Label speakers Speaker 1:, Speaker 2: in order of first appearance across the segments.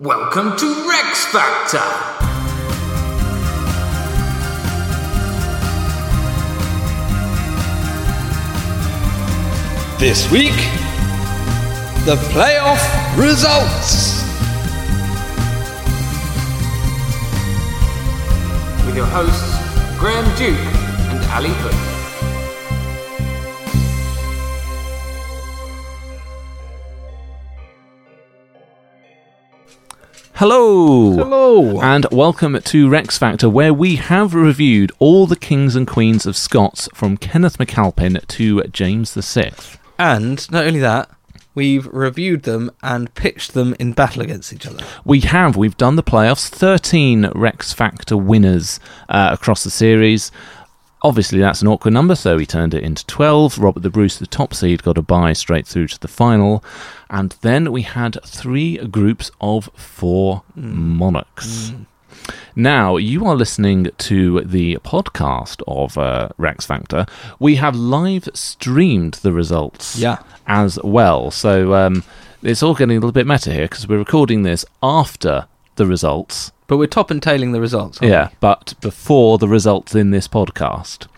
Speaker 1: Welcome to Rex Factor.
Speaker 2: This week, the playoff results.
Speaker 1: with your hosts Graham Duke and Ali Hood.
Speaker 3: Hello.
Speaker 4: Hello.
Speaker 3: And welcome to Rex Factor, where we have reviewed all the kings and queens of Scots from Kenneth MacAlpin to James VI.
Speaker 4: And not only that, we've reviewed them and pitched them in battle against each other.
Speaker 3: We have, we've done the playoffs, 13 Rex Factor winners uh, across the series. Obviously, that's an awkward number, so we turned it into 12. Robert the Bruce, the top seed, got a bye straight through to the final. And then we had three groups of four monarchs. Now, you are listening to the podcast of uh, Rex Factor. We have live streamed the results
Speaker 4: Yeah.
Speaker 3: as well. So um, it's all getting a little bit meta here because we're recording this after the results.
Speaker 4: But we're top and tailing the results. aren't
Speaker 3: Yeah, but before the results in this podcast.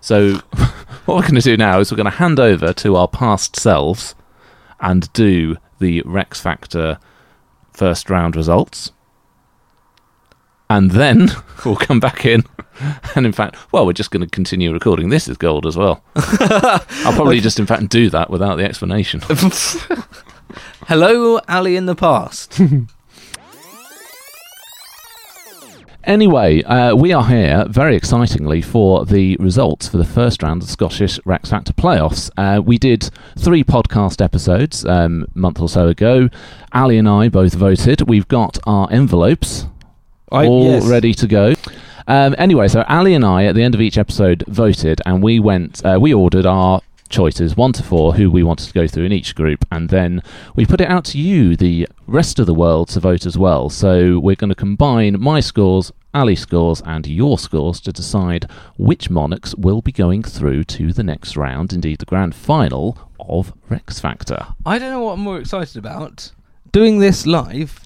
Speaker 3: So what we're going to do now is we're going to hand over to our past selves and do the Rex Factor first round results. And then we'll come back in. And in fact, well, we're just going to continue recording. This is gold as well. I'll probably just, in fact, do that without the explanation.
Speaker 4: we? Hello, Ali in the past.
Speaker 3: Anyway, uh, we are here very excitingly for the results for the first round of the Scottish Rex Factor playoffs. Uh, we did three podcast episodes um, a month or so ago. Ali and I both voted. We've got our envelopes
Speaker 4: I-
Speaker 3: all
Speaker 4: yes.
Speaker 3: ready to go. Um, anyway, so Ali and I at the end of each episode voted, and we went. Uh, we ordered our choices one to four, who we wanted to go through in each group, and then we put it out to you, the rest of the world, to vote as well. So we're going to combine my scores, Ali's scores, and your scores to decide which monarchs will be going through to the next round, indeed the grand final of Rex Factor.
Speaker 4: I don't know what I'm more excited about doing this live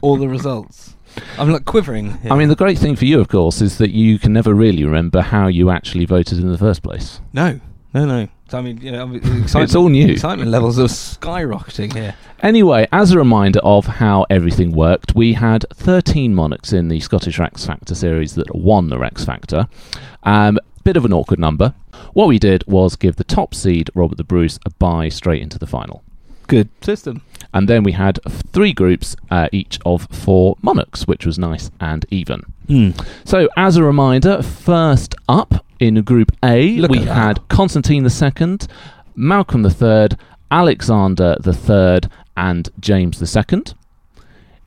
Speaker 4: or the results. I'm like quivering. Here.
Speaker 3: I mean, the great thing for you, of course, is that you can never really remember how you actually voted in the first place.
Speaker 4: no, no, no. So, I mean, you know, I'm- the excitement,
Speaker 3: all new.
Speaker 4: Excitement levels are skyrocketing here.
Speaker 3: Anyway, as a reminder of how everything worked, we had 13 monarchs in the Scottish Rex Factor series that won the Rex Factor. Um, bit of an awkward number. What we did was give the top seed, Robert the Bruce, a bye straight into the final.
Speaker 4: Good system.
Speaker 3: And then we had three groups, uh, each of four monarchs, which was nice and even.
Speaker 4: Hmm.
Speaker 3: So, as a reminder, first up in Group A,
Speaker 4: Look
Speaker 3: we
Speaker 4: at that.
Speaker 3: had Constantine II, Malcolm III, Alexander III, and James II.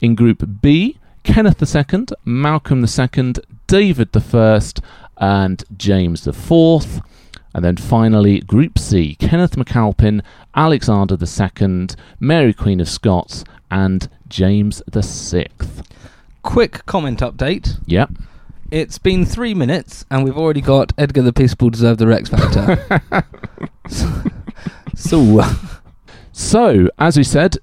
Speaker 3: In Group B, Kenneth II, Malcolm II, David I, and James IV. And then finally, Group C, Kenneth MacAlpin, Alexander II, Mary Queen of Scots, and James VI.
Speaker 4: Quick comment update.
Speaker 3: Yep.
Speaker 4: It's been three minutes, and we've already got Edgar the Peaceable deserved the Rex Factor. so,
Speaker 3: So, as we said,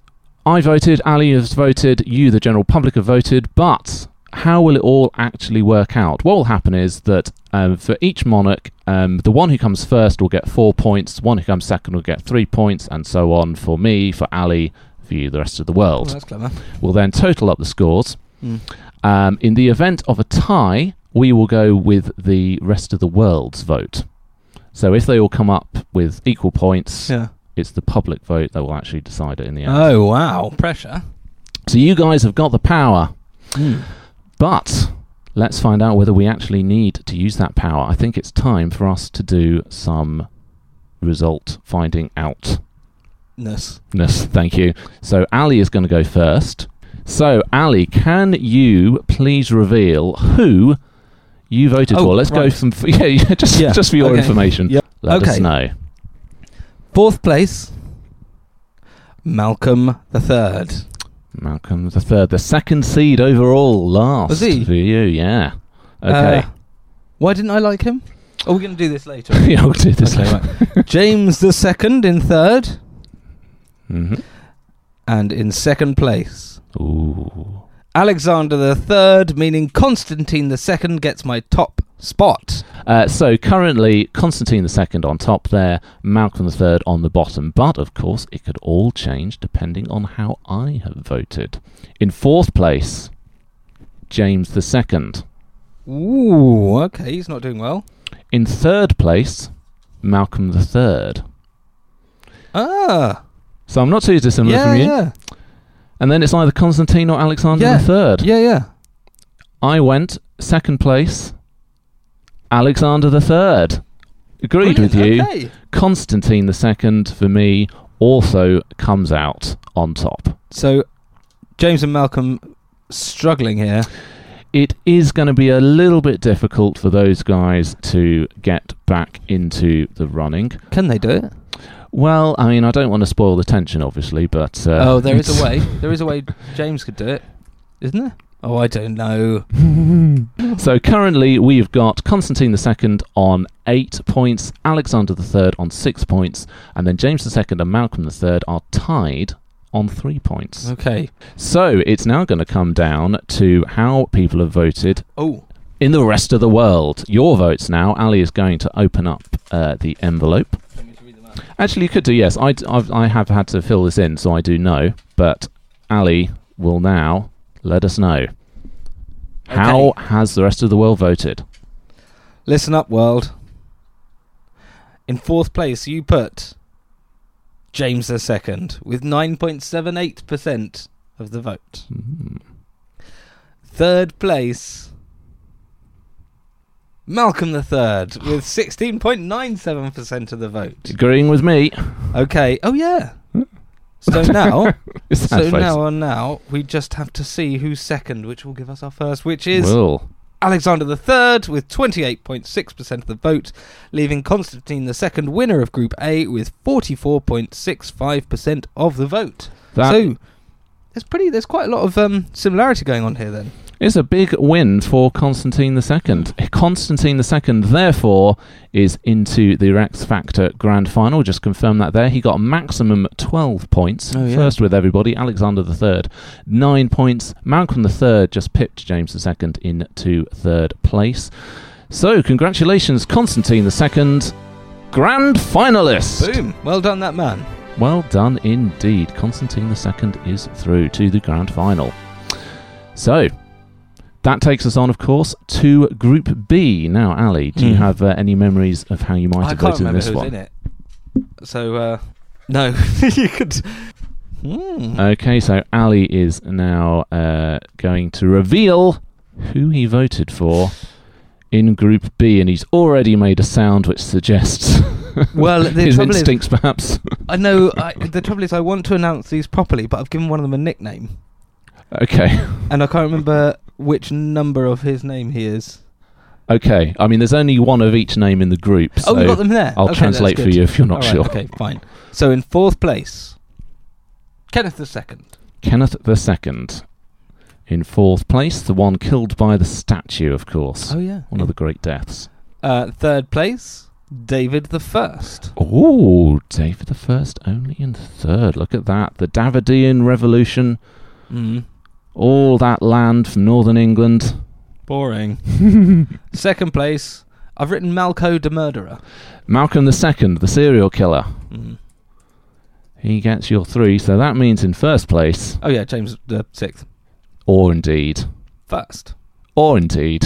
Speaker 3: I voted, Ali has voted, you, the general public, have voted, but how will it all actually work out? What will happen is that um, for each monarch, um, the one who comes first will get four points, one who comes second will get three points, and so on for me, for Ali, for view the rest of the world.
Speaker 5: that's clever.
Speaker 3: We'll then total up the scores. Um, in the event of a tie, we will go with the rest of the world's vote. So if they all come up with equal points,
Speaker 5: Yeah.
Speaker 3: it's the public vote that will actually decide it in the end.
Speaker 5: Oh wow, pressure.
Speaker 3: So you guys have got the power.
Speaker 5: Hmm.
Speaker 3: But let's find out whether we actually need to use that power. I think it's time for us to do some result finding out.
Speaker 5: Ness.
Speaker 3: Yes, thank you. So Ali is going to go first. So Ali, can you please reveal who you voted
Speaker 5: Oh,
Speaker 3: for? Let's go
Speaker 5: right.
Speaker 3: from yeah, yeah, just
Speaker 5: Yeah,
Speaker 3: just for your
Speaker 5: okay.
Speaker 3: information.
Speaker 5: Yep.
Speaker 3: Let us
Speaker 5: Okay.
Speaker 3: know.
Speaker 5: Fourth place, Malcolm the Third.
Speaker 3: Malcolm the third, the second seed overall, last
Speaker 5: Was he?
Speaker 3: for you, yeah. Okay,
Speaker 5: Uh, why didn't I like him? Are we going to do this later?
Speaker 3: yeah, we'll do this
Speaker 5: Okay,
Speaker 3: later.
Speaker 5: James the Second in third,
Speaker 3: hmm
Speaker 5: and in second place,
Speaker 3: Ooh,
Speaker 5: Alexander the Third, meaning Constantine the Second, gets my top spot.
Speaker 3: Uh, so currently, Constantine II on top there, Malcolm III on the bottom. But of course, it could all change depending on how I have voted. In fourth place, James II.
Speaker 5: Ooh, okay, he's not doing well.
Speaker 3: In third place, Malcolm III.
Speaker 5: Ah,
Speaker 3: So I'm not too dissimilar
Speaker 5: yeah,
Speaker 3: from you.
Speaker 5: yeah,
Speaker 3: And then it's either Constantine or Alexander
Speaker 5: Yeah.
Speaker 3: III.
Speaker 5: yeah, yeah.
Speaker 3: I went second place, Alexander III. Agreed with you.
Speaker 5: Brilliant, okay.
Speaker 3: Constantine II for me also comes out on top.
Speaker 5: So, James and Malcolm struggling here.
Speaker 3: It is going to be a little bit difficult for those guys to get back into the running.
Speaker 5: Can they do it?
Speaker 3: Well, I mean, I don't want to spoil the tension, obviously, but uh,
Speaker 5: oh, there is
Speaker 3: it's-
Speaker 5: a way. There is a way. James could do it, isn't there? Oh, I don't know.
Speaker 3: So currently, we've got Constantine II on eight points, Alexander III on six points, and then James II and Malcolm III are tied on three points.
Speaker 5: Okay.
Speaker 3: So it's now going to come down to how people have voted
Speaker 5: Oh,
Speaker 3: in the rest of the world. Your votes now. Ali is going to open up uh, the envelope. Actually, you could do yes. I, d- I've, I have had to fill this in, so I do know. But Ali will now let us know. How has the rest of the world voted?
Speaker 5: listen up, world. In fourth place, you put James II with 9.78% of the vote. Third place, Malcolm III with 16.97% of the vote.
Speaker 3: Agreeing with me.
Speaker 5: Okay. Oh, yeah. So now,
Speaker 3: It's
Speaker 5: so
Speaker 3: that face.
Speaker 5: now on now, we just have to see who's second, which will give us our first, which is
Speaker 3: Will.
Speaker 5: Alexander III with 28.6% of the vote, leaving Constantine II winner of Group A with 44.65% of the vote.
Speaker 3: That-
Speaker 5: so there's pretty there's quite a lot of um, similarity going on here then.
Speaker 3: It's a big win for Constantine II. Constantine II, therefore, is into the Rex Factor Grand Final. Just confirm that there. He got a maximum 12 points.
Speaker 5: Oh, yeah.
Speaker 3: First with everybody, Alexander III, 9 points. Malcolm III just pipped James II into third place. So, congratulations, Constantine II, Grand Finalist.
Speaker 5: Boom. Well done that man.
Speaker 3: Well done indeed. Constantine II is through to the grand final. So, that takes us on, of course, to Group B. Now, Ali, do you
Speaker 5: Hmm.
Speaker 3: have uh, any memories of how you might
Speaker 5: I
Speaker 3: have
Speaker 5: can't
Speaker 3: voted in
Speaker 5: remember
Speaker 3: this
Speaker 5: who's
Speaker 3: one?
Speaker 5: in it. So uh, no, you could Hmm.
Speaker 3: Okay, so Ali is now uh, going to reveal who he voted for in Group B, and he's already made a sound which suggests
Speaker 5: Well, the
Speaker 3: his
Speaker 5: trouble is-
Speaker 3: instincts, perhaps.
Speaker 5: I know I, the trouble is I want to announce these properly, but I've given one of them a nickname
Speaker 3: okay.
Speaker 5: and I can't remember which number of his name he is.
Speaker 3: Okay, I mean, there's only one of each name in the group.
Speaker 5: Oh,
Speaker 3: so
Speaker 5: you got them there.
Speaker 3: I'll
Speaker 5: Okay,
Speaker 3: translate
Speaker 5: that's
Speaker 3: for
Speaker 5: good.
Speaker 3: you if you're not
Speaker 5: All
Speaker 3: sure.
Speaker 5: right, Okay, fine. So in fourth place, Kenneth the Second.
Speaker 3: Kenneth II. In fourth place, the one killed by the statue, of course.
Speaker 5: Oh, yeah.
Speaker 3: One of the great deaths.
Speaker 5: Uh, third place, David the First.
Speaker 3: Oh, David the First only in third. Look at that. The Davidian Revolution, Mm-hmm.
Speaker 5: Mm.
Speaker 3: all that land from northern England.
Speaker 5: Boring. Second place, I've written Malco the Murderer. Mm-hmm.
Speaker 3: Malcolm II, the serial killer.
Speaker 5: Mm.
Speaker 3: He gets your three, so that means in first place,
Speaker 5: Oh yeah, James the sixth.
Speaker 3: or indeed,
Speaker 5: First.
Speaker 3: or indeed,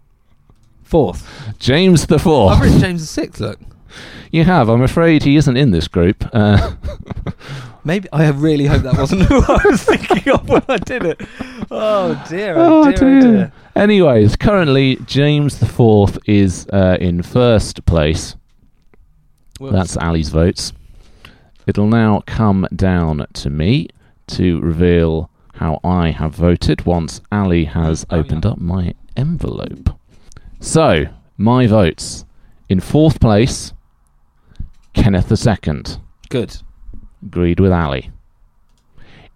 Speaker 5: Fourth.
Speaker 3: James the
Speaker 5: I've written
Speaker 3: Fourth.
Speaker 5: James the sixth, look.
Speaker 3: You have. I'm afraid he isn't in this group. Uh,
Speaker 5: Maybe I really hope that wasn't who I was thinking of when I did it. Oh dear, oh,
Speaker 3: Oh,
Speaker 5: dear,
Speaker 3: dear.
Speaker 5: oh, dear.
Speaker 3: Anyways, currently James the Fourth is uh, in first place.
Speaker 5: Well,
Speaker 3: That's Ali's votes. It'll now come down to me to reveal how I have voted once Ali has
Speaker 5: Oh,
Speaker 3: opened up my envelope. So, my votes. In fourth place, Kenneth II.
Speaker 5: good.
Speaker 3: Agreed with Ali.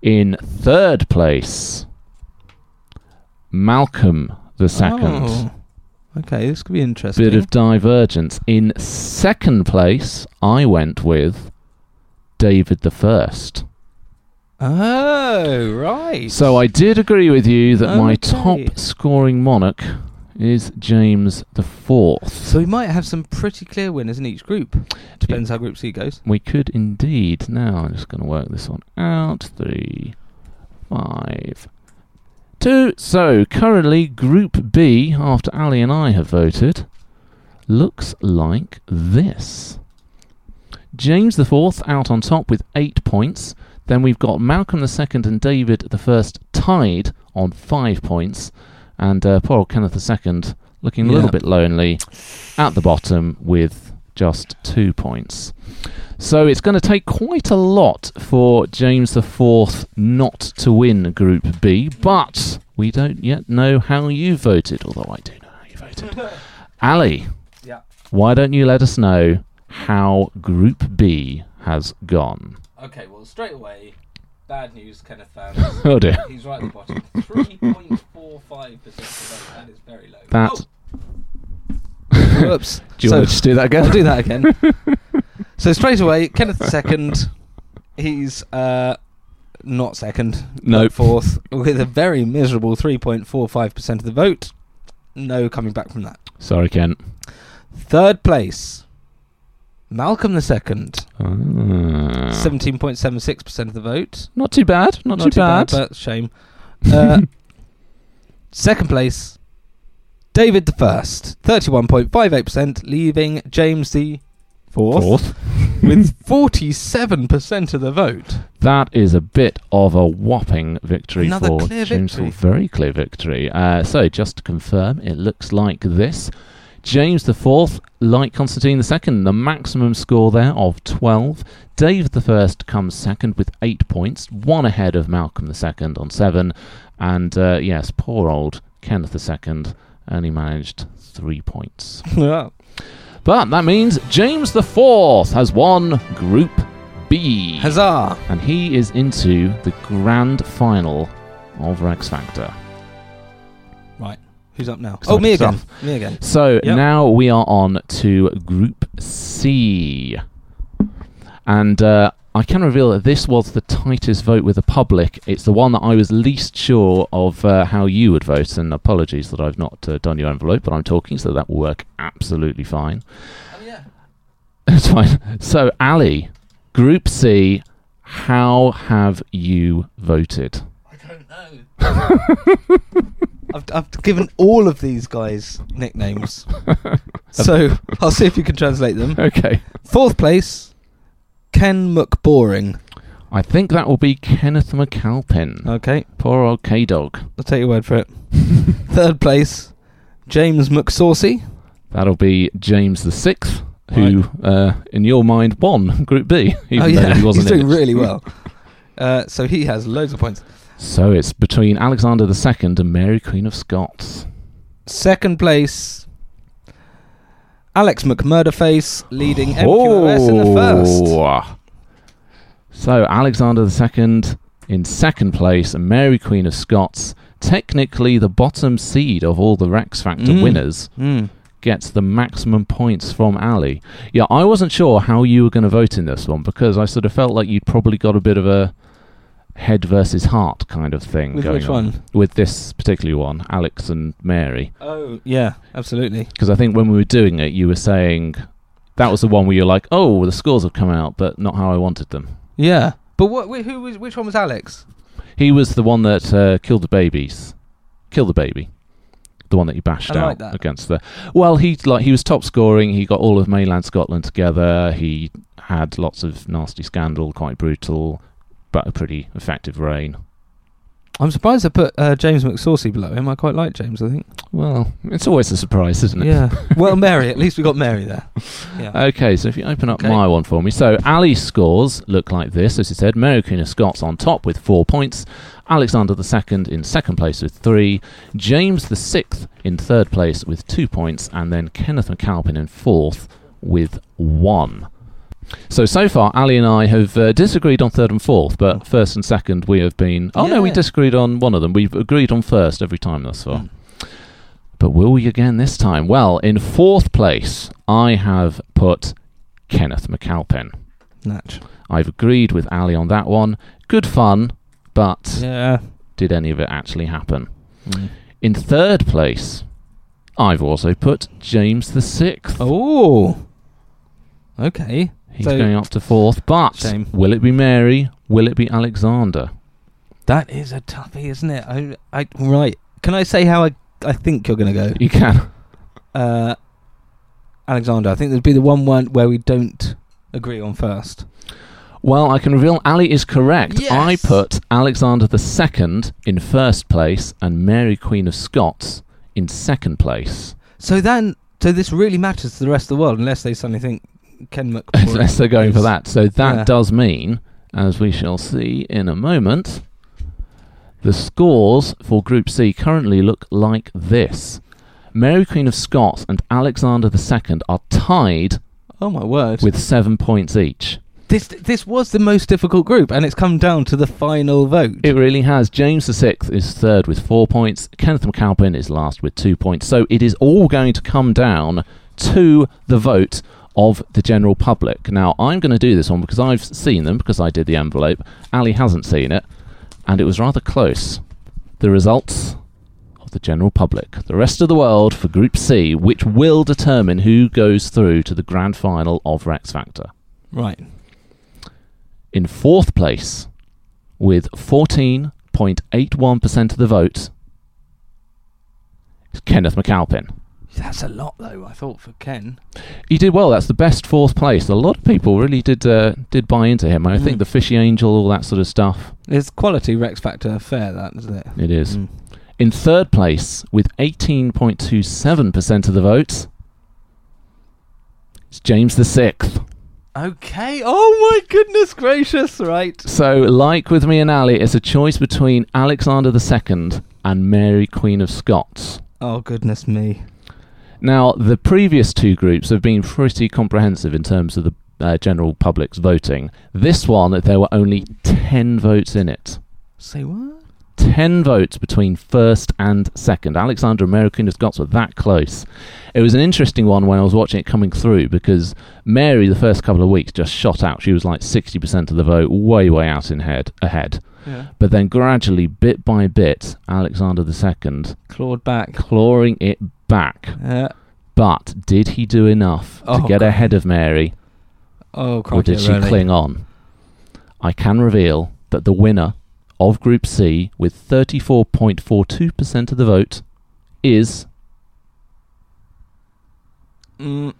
Speaker 3: In third place, Malcolm II.
Speaker 5: Oh. Okay, this could be interesting.
Speaker 3: Bit of divergence. In second place, I went with David the First.
Speaker 5: oh, right.
Speaker 3: So I did agree with you that my top
Speaker 5: Okay.
Speaker 3: scoring monarch is James the Fourth.
Speaker 5: So we might have some pretty clear winners in each group. Depends how Group C goes.
Speaker 3: We could indeed. Now I'm just going to work this one out. Three, five, two. So currently, Group B, after Ali and I have voted, looks like this. James the Fourth out on top with eight points. Then we've got Malcolm the Second and David the First tied on five points, and uh, poor old Kenneth the Second looking a little
Speaker 5: Yeah.
Speaker 3: bit lonely at the bottom with just two points. So it's going to take quite a lot for James the Fourth not to win Group B, but we don't yet know how you voted, although I do know how you voted. Ali,
Speaker 5: Yeah.
Speaker 3: why don't you let us know how Group B has gone?
Speaker 5: Okay, well, straight away, bad news, Kenneth fans.
Speaker 3: Oh dear.
Speaker 5: He's right at the bottom. 3.45% of votes. That is very low.
Speaker 3: That.
Speaker 5: Oh. Whoops.
Speaker 3: Do you want to just do that again?
Speaker 5: I'll do that again. so straight away, Kenneth II, he's uh, not second, but
Speaker 3: Nope.
Speaker 5: fourth, with a very miserable 3.45% of the vote. No coming back from that.
Speaker 3: Sorry, Ken.
Speaker 5: Third place, Malcolm II,
Speaker 3: Ah.
Speaker 5: 17.76% of the vote.
Speaker 3: Not too bad. Not, too, bad.
Speaker 5: but shame. Uh, second place, David the First, 31.58%, leaving James the
Speaker 3: Fourth.
Speaker 5: with 47% of the vote.
Speaker 3: That is a bit of a whopping victory
Speaker 5: Another
Speaker 3: for
Speaker 5: clear
Speaker 3: James.
Speaker 5: victory.
Speaker 3: IV. Very clear victory. Uh, so, just to confirm, it looks like this. James IV, like Constantine II, the maximum score there of 12. David I comes second with 8 points, one ahead of Malcolm II on 7. And uh, yes, poor old Kenneth II only managed 3 points. But that means James IV has won Group B
Speaker 5: Huzzah!
Speaker 3: and he is into the grand final of Rex Factor.
Speaker 5: Right, who's up now?
Speaker 3: Exciting
Speaker 5: oh, me again.
Speaker 3: stuff.
Speaker 5: Me again.
Speaker 3: So
Speaker 5: Yep.
Speaker 3: now we are on to Group C, and uh, I can reveal that this was the tightest vote with the public. It's the one that I was least sure of uh, how you would vote, and apologies that I've not uh, done your envelope, but I'm talking, so that will work absolutely fine. That's fine. So, Ali, Group C, how have you voted?
Speaker 5: I've, I've given all of these guys nicknames. so I'll see if you can translate them.
Speaker 3: Okay.
Speaker 5: Fourth place, Ken McBoring.
Speaker 3: I think that will be Kenneth McAlpin.
Speaker 5: Okay,
Speaker 3: Poor old K Dog.
Speaker 5: I'll take your word for it. Third place, James McSaucy.
Speaker 3: That'll be James the Sixth, who, uh, in your mind, won Group B, even
Speaker 5: oh,
Speaker 3: though
Speaker 5: yeah,
Speaker 3: he wasn't
Speaker 5: he's
Speaker 3: in
Speaker 5: doing
Speaker 3: it.
Speaker 5: really well. Uh, so he has loads of points.
Speaker 3: So it's between Alexander the Second and Mary Queen of Scots.
Speaker 5: Second place, Alex McMurderface leading MQOS in the first.
Speaker 3: Oh. So Alexander the Second in second place and Mary Queen of Scots, technically the bottom seed of all the Rex Factor
Speaker 5: Mm.
Speaker 3: winners.
Speaker 5: Mm.
Speaker 3: gets the maximum points from Ali. Yeah, I wasn't sure how you were going to vote in this one because I sort of felt like you'd probably got a bit of a head versus heart kind of thing
Speaker 5: With
Speaker 3: going
Speaker 5: which
Speaker 3: on
Speaker 5: one?
Speaker 3: with this particular one, Alex and Mary.
Speaker 5: Oh, yeah, absolutely.
Speaker 3: Because I think when we were doing it, you were saying that was the one where you're like, "Oh, the scores have come out, but not how I wanted them."
Speaker 5: Yeah. But what? wh- Who was? Which one was Alex?
Speaker 3: He was the one that uh, killed the babies. Kill the baby. The one that he bashed
Speaker 5: I
Speaker 3: out
Speaker 5: like that.
Speaker 3: against the. Well, he like he was top scoring. He got all of mainland Scotland together. He had lots of nasty scandal, quite brutal, but a pretty effective reign.
Speaker 5: I'm surprised I put uh, James McSaucy below him. I quite like James. I think.
Speaker 3: Well, it's always a surprise, isn't it?
Speaker 5: Yeah. well, Mary. At least we got Mary there. Uh, Yeah.
Speaker 3: Okay, so if you open up
Speaker 5: Okay.
Speaker 3: my one for me. So Ali's scores look like this, as you said. Mary Queen of Scots on top with four points. Alexander II in second place with three. James VI in third place with two points. And then Kenneth MacAlpin in fourth with one. So, so far, Ali and I have uh, disagreed on third and fourth, but first and second we have been. Oh, no, we
Speaker 5: Mm. Yeah. Mm.
Speaker 3: disagreed on one of them. We've agreed on first every time thus far. But will we again this time? Well, in fourth place, I have put Kenneth McAlpin.
Speaker 5: Natch.
Speaker 3: I've agreed with Ali on that one. Good fun, but
Speaker 5: Yeah.
Speaker 3: did any of it actually happen?
Speaker 5: Mm.
Speaker 3: In third place, I've also put James the Sixth.
Speaker 5: Oh. Okay.
Speaker 3: He's
Speaker 5: so-
Speaker 3: going up to fourth, but
Speaker 5: Shame.
Speaker 3: will it be Mary? Will it be Alexander?
Speaker 5: That is a toughie, isn't it? I, I right. Can I say how I I think you're going to go?
Speaker 3: You can.
Speaker 5: Uh, Alexander, I think there'd be the one one where we don't agree on first.
Speaker 3: Well, I can reveal Ali is correct. I
Speaker 5: Yes.
Speaker 3: put Alexander the Second in first place and Mary Queen of Scots in second place.
Speaker 5: So then, so this really matters to the rest of the world, unless they suddenly think Ken Mc.
Speaker 3: unless they're going for that. So that
Speaker 5: Yeah.
Speaker 3: does mean, as we shall see in a moment, the scores for Group C currently look like this. Mary Queen of Scots and Alexander II are tied
Speaker 5: Oh my word!
Speaker 3: with seven points each.
Speaker 5: this, this was the most difficult group, and it's come down to the final vote.
Speaker 3: It really has. James VI is third with four points. Kenneth MacAlpin is last with two points. So it is all going to come down to the vote of the general public. Now, I'm going to do this one because I've seen them, because I did the envelope. Ali hasn't seen it, and it was rather close. The results of the general public. The rest of the world for Group C, which will determine who goes through to the grand final of Rex Factor
Speaker 5: right.
Speaker 3: in fourth place with 14.81% of the vote is Kenneth McAlpin.
Speaker 5: That's a lot, though. I thought for Ken.
Speaker 3: He did well. That's the best fourth place. A lot of people really did uh, did buy into him. I think
Speaker 5: Mm.
Speaker 3: the fishy angel, all that sort of stuff.
Speaker 5: It's quality Rex Factor fair, that isn't it?
Speaker 3: It is
Speaker 5: Mm.
Speaker 3: in third place with 18.27% of the vote. It's James the Sixth.
Speaker 5: Okay. Oh my goodness gracious! Right.
Speaker 3: So, like with me and Ali, it's a choice between Alexander the Second and Mary Queen of Scots.
Speaker 5: Oh goodness me.
Speaker 3: Now, the previous two groups have been pretty comprehensive in terms of the uh, general public's voting. This one, there were only 10 votes in it.
Speaker 5: Say what?
Speaker 3: 10 votes between first and second. Alexandra and Mary Queen of Scots were that close. It was an interesting one when I was watching it coming through because Mary, the first couple of weeks, just shot out. She was like 60% of the vote, way, way out in head, ahead.
Speaker 5: Yeah.
Speaker 3: But then gradually, bit by bit, Alexander II
Speaker 5: Clawed back.
Speaker 3: clawing it back.
Speaker 5: Uh,
Speaker 3: But did he do enough
Speaker 5: Oh,
Speaker 3: to get
Speaker 5: crikey.
Speaker 3: ahead of Mary,
Speaker 5: oh, crikey,
Speaker 3: or did she
Speaker 5: really.
Speaker 3: cling on? I can reveal that the winner of Group C with 34.42% of the vote is
Speaker 5: Mm,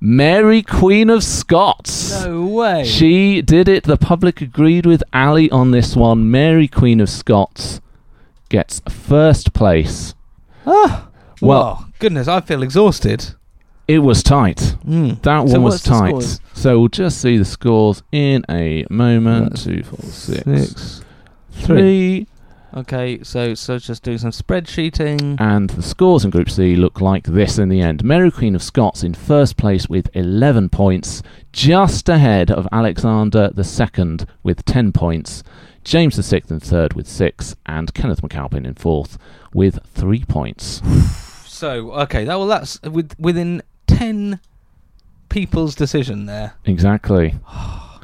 Speaker 3: Mary, Queen of Scots.
Speaker 5: no way.
Speaker 3: She did it. The public agreed with Ali on this one. Mary, Queen of Scots, gets first place.
Speaker 5: Ah,
Speaker 3: Well-
Speaker 5: well, goodness, I feel exhausted.
Speaker 3: It was tight.
Speaker 5: Mm.
Speaker 3: hmm, That
Speaker 5: So
Speaker 3: one was
Speaker 5: what's the
Speaker 3: tight.
Speaker 5: scores?
Speaker 3: So we'll just see the scores in a moment.
Speaker 5: That's
Speaker 3: Two, four, six,
Speaker 5: Six.
Speaker 3: three.
Speaker 5: Okay, so so just doing some spreadsheeting.
Speaker 3: And the scores in Group C look like this in the end. Mary Queen of Scots in first place with 11 points, just ahead of Alexander II with 10 points, James VI in third with 6, and Kenneth MacAlpin in fourth with 3 points.
Speaker 5: So okay, that well, that's with within ten people's decision there.
Speaker 3: Exactly.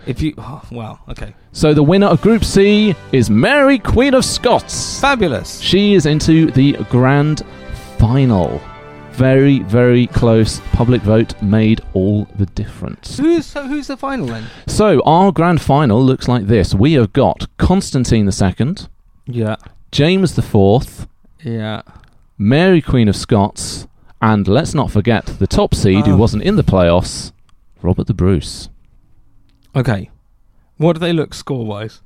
Speaker 5: If you, oh, wow, okay,
Speaker 3: So the winner of Group C is Mary Queen of Scots.
Speaker 5: fabulous.
Speaker 3: She is into the grand final. very, very close. Public vote made all the difference.
Speaker 4: Who's so who's the final then?
Speaker 3: So our grand final looks like this. We have got Constantine II,
Speaker 4: Yeah,
Speaker 3: James IV,
Speaker 4: yeah.
Speaker 3: Mary Queen of Scots, and let's not forget the top seed who
Speaker 4: Oh.
Speaker 3: wasn't in the playoffs, Robert the Bruce.
Speaker 4: Okay, what do they look score wise?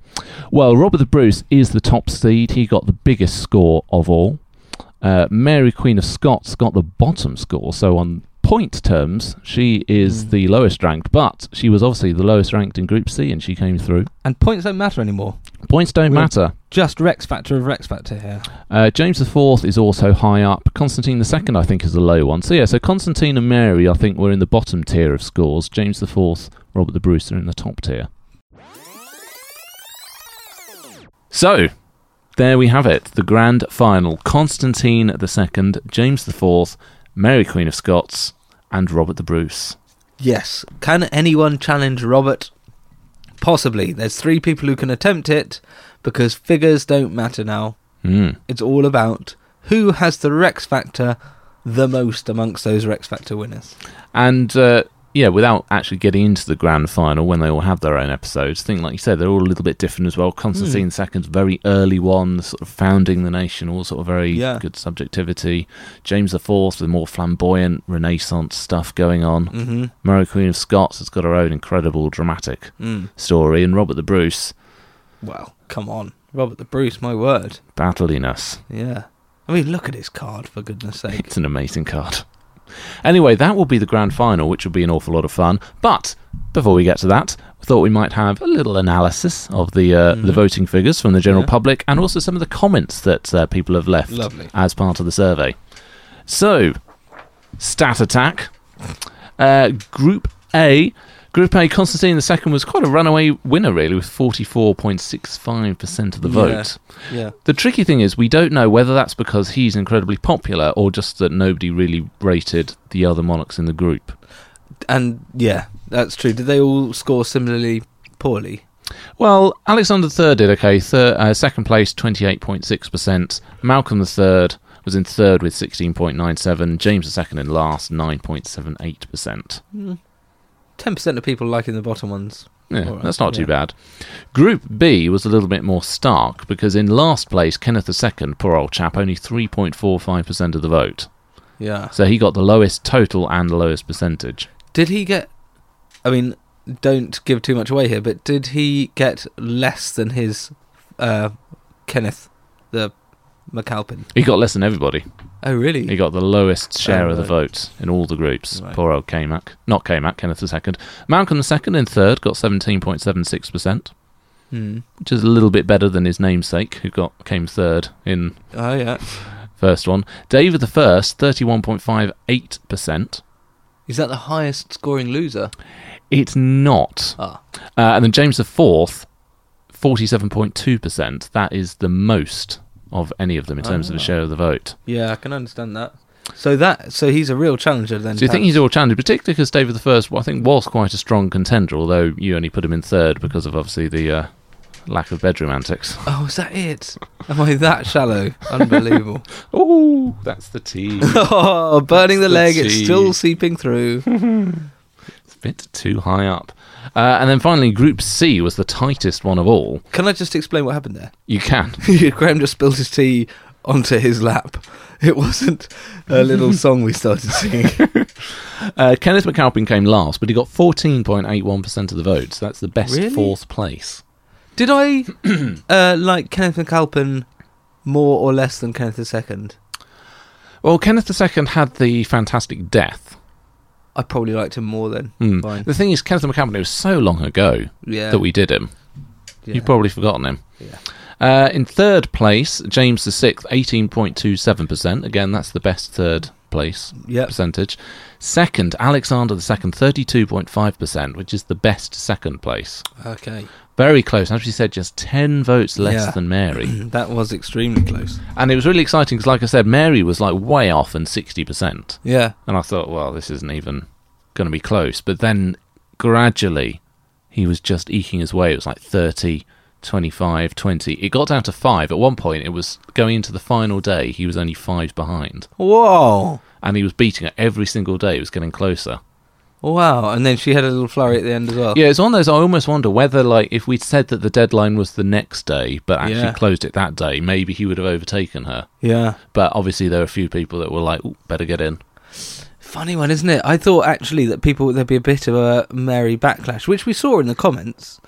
Speaker 3: Well, Robert the Bruce is the top seed. He got the biggest score of all. Uh, Mary Queen of Scots got the bottom score. So on point terms, she is the lowest ranked, but she was obviously the lowest ranked in Group C, and she came through.
Speaker 4: And points don't matter anymore.
Speaker 3: Points don't
Speaker 4: Weird.
Speaker 3: matter.
Speaker 4: Just Rex Factor of Rex Factor here.
Speaker 3: Uh, James IV is also high up. Constantine II, I think, is the low one. So, yeah, so Constantine and Mary, I think, were in the bottom tier of scores. James IV, Robert the Bruce are in the top tier. So, there we have it the grand final. Constantine II, James IV, Mary Queen of Scots, and Robert the Bruce.
Speaker 4: Yes.
Speaker 5: Can anyone challenge Robert? Possibly. There's three people who can attempt it because figures don't matter now.
Speaker 3: Hmm.
Speaker 5: It's all about who has the Rex Factor the most amongst those Rex Factor winners.
Speaker 3: And uh, yeah, without actually getting into the grand final when they all have their own episodes, I think like you said, they're all a little bit different as well. Constantine Second's very early one, sort of founding the nation, all sort of very
Speaker 5: Yeah.
Speaker 3: good subjectivity. James IV, the more flamboyant Renaissance stuff going on.
Speaker 5: Mhm.
Speaker 3: Mary Queen of Scots has got her own incredible dramatic
Speaker 5: Mm.
Speaker 3: story, and Robert the Bruce
Speaker 5: Well, come on. Robert the Bruce, my word.
Speaker 3: battling us.
Speaker 5: Yeah. I mean, look at his card, for goodness sake.
Speaker 3: It's an amazing card. Anyway, that will be the grand final, which will be an awful lot of fun. But before we get to that, we thought we might have a little analysis of the uh,
Speaker 5: Mm-hmm.
Speaker 3: the voting figures from the general public and also some of the comments that uh, people have left
Speaker 4: Lovely.
Speaker 3: as part of the survey. So, stat attack. Uh, group A. Group A, Constantine II was quite a runaway winner, really, with 44.65% of the vote.
Speaker 5: Yeah.
Speaker 3: The tricky thing is, we don't know whether that's because he's incredibly popular or just that nobody really rated the other monarchs in the group.
Speaker 5: And yeah, that's true. Did they all score similarly poorly?
Speaker 3: Well, Alexander III did okay. Thir- uh, second place, 28.6%. Malcolm III was in third with 16.97. James II in last, 9.78%.
Speaker 5: 10% of people liking the bottom ones.
Speaker 3: Yeah,
Speaker 5: All right,
Speaker 3: that's not too
Speaker 5: yeah.
Speaker 3: bad. Group B was a little bit more stark because in last place, Kenneth II, poor old chap, only 3.45% of the vote.
Speaker 5: Yeah.
Speaker 3: So he got the lowest total and the lowest percentage.
Speaker 5: Did he get? I mean, don't give too much away here, but did he get less than his uh, Kenneth the McAlpin?
Speaker 3: He got less than everybody.
Speaker 5: Oh, really?
Speaker 3: He got the lowest share
Speaker 5: Oh,
Speaker 3: of the
Speaker 5: right.
Speaker 3: votes in all the groups.
Speaker 5: Right.
Speaker 3: Poor old KMAC. Not KMAC, Kenneth II. Malcolm II in third got 17.76%,
Speaker 5: Hmm.
Speaker 3: which is a little bit better than his namesake, who got came third in
Speaker 5: Oh, yeah.
Speaker 3: first one. David I, 31.58%.
Speaker 5: Is that the highest scoring loser?
Speaker 3: It's not.
Speaker 5: Ah.
Speaker 3: Uh, and then James IV, 47.2%. That is the most of any of them in terms of the share of the vote.
Speaker 5: Yeah, I can understand that. So that, so he's a real challenger then.
Speaker 3: So you think
Speaker 5: perhaps?
Speaker 3: he's all challenged, particularly because David the First, I think, was quite a strong contender. Although you only put him in third because of obviously the uh, lack of bedroom antics.
Speaker 5: Oh, is that it? Am I that shallow? Unbelievable.
Speaker 3: Oh, that's the tea.
Speaker 5: oh, burning the
Speaker 3: That's
Speaker 5: leg,
Speaker 3: the
Speaker 5: it's
Speaker 3: tea.
Speaker 5: still seeping through.
Speaker 3: it's a bit too high up. Uh, and then finally, Group C was the tightest one of all.
Speaker 5: Can I just explain what happened there?
Speaker 3: You can.
Speaker 5: Graham just spilled his tea onto his lap. It wasn't a little song we started singing.
Speaker 3: Uh, Kenneth McAlpin came last, but he got 14.81% of the votes. That's the best
Speaker 5: Really?
Speaker 3: fourth place.
Speaker 5: Did I uh, like Kenneth McAlpin more or less than Kenneth II?
Speaker 3: Well, Kenneth II had the fantastic death.
Speaker 5: I probably liked him more then.
Speaker 3: Hmm.
Speaker 5: Fine.
Speaker 3: The thing is, Kenneth McAlpin, it was so long ago
Speaker 5: Yeah.
Speaker 3: that we did him.
Speaker 5: yeah.
Speaker 3: You've probably forgotten him.
Speaker 5: Yeah.
Speaker 3: Uh, in third place, James VI, 18.27%. Again, that's the best third place
Speaker 5: Yep.
Speaker 3: percentage. Second, Alexander II, 32.5%, which is the best second place.
Speaker 5: Okay.
Speaker 3: Very close. As you said, just 10 votes less
Speaker 5: Yeah.
Speaker 3: than Mary.
Speaker 5: That was extremely close.
Speaker 3: and it was really exciting because, like I said, Mary was like way off and 60%.
Speaker 5: Yeah.
Speaker 3: And I thought, well, this isn't even going to be close. But then gradually, he was just eking his way. It was like 30, 25, 20. It got down to five. At one point, it was going into the final day, he was only five behind.
Speaker 5: Whoa.
Speaker 3: And he was beating it every single day. It was getting closer.
Speaker 5: Wow. And then she had a little flurry at the end as well.
Speaker 3: Yeah, it's one of those. I almost wonder whether, like, if we'd said that the deadline was the next day, but actually
Speaker 5: Yeah.
Speaker 3: closed it that day, maybe he would have overtaken her.
Speaker 5: Yeah.
Speaker 3: But obviously, there are a few people that were like, Ooh, better get in.
Speaker 5: Funny one, isn't it? I thought actually that people there'd be a bit of a merry backlash, which we saw in the comments.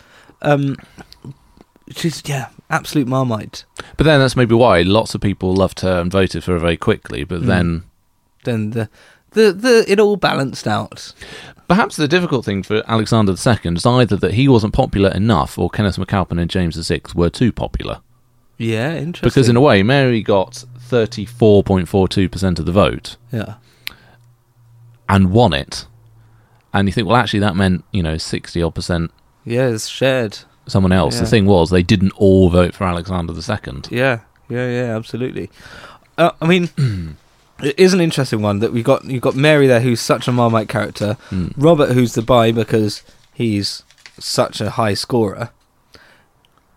Speaker 5: Um, she's yeah, absolute marmite.
Speaker 3: But then that's maybe why lots of people loved her and voted for her very quickly. But then
Speaker 5: Then the the the it all balanced out.
Speaker 3: Perhaps the difficult thing for Alexander II is either that he wasn't popular enough or Kenneth MacAlpin and James VI were too popular.
Speaker 5: Yeah, interesting.
Speaker 3: Because in a way, Mary got 34.42% of the vote
Speaker 5: yeah,
Speaker 3: and won it. And you think, well, actually, that meant, you know, 60 odd percent
Speaker 5: yeah, it's shared.
Speaker 3: someone else. The
Speaker 5: Yeah.
Speaker 3: thing was, they didn't all vote for Alexander II.
Speaker 5: Yeah, yeah, yeah, absolutely. Uh, I mean, it is an interesting one that we got. You got Mary there, who's such a Marmite character.
Speaker 3: Hmm.
Speaker 5: Robert, who's the buy because he's such a high scorer.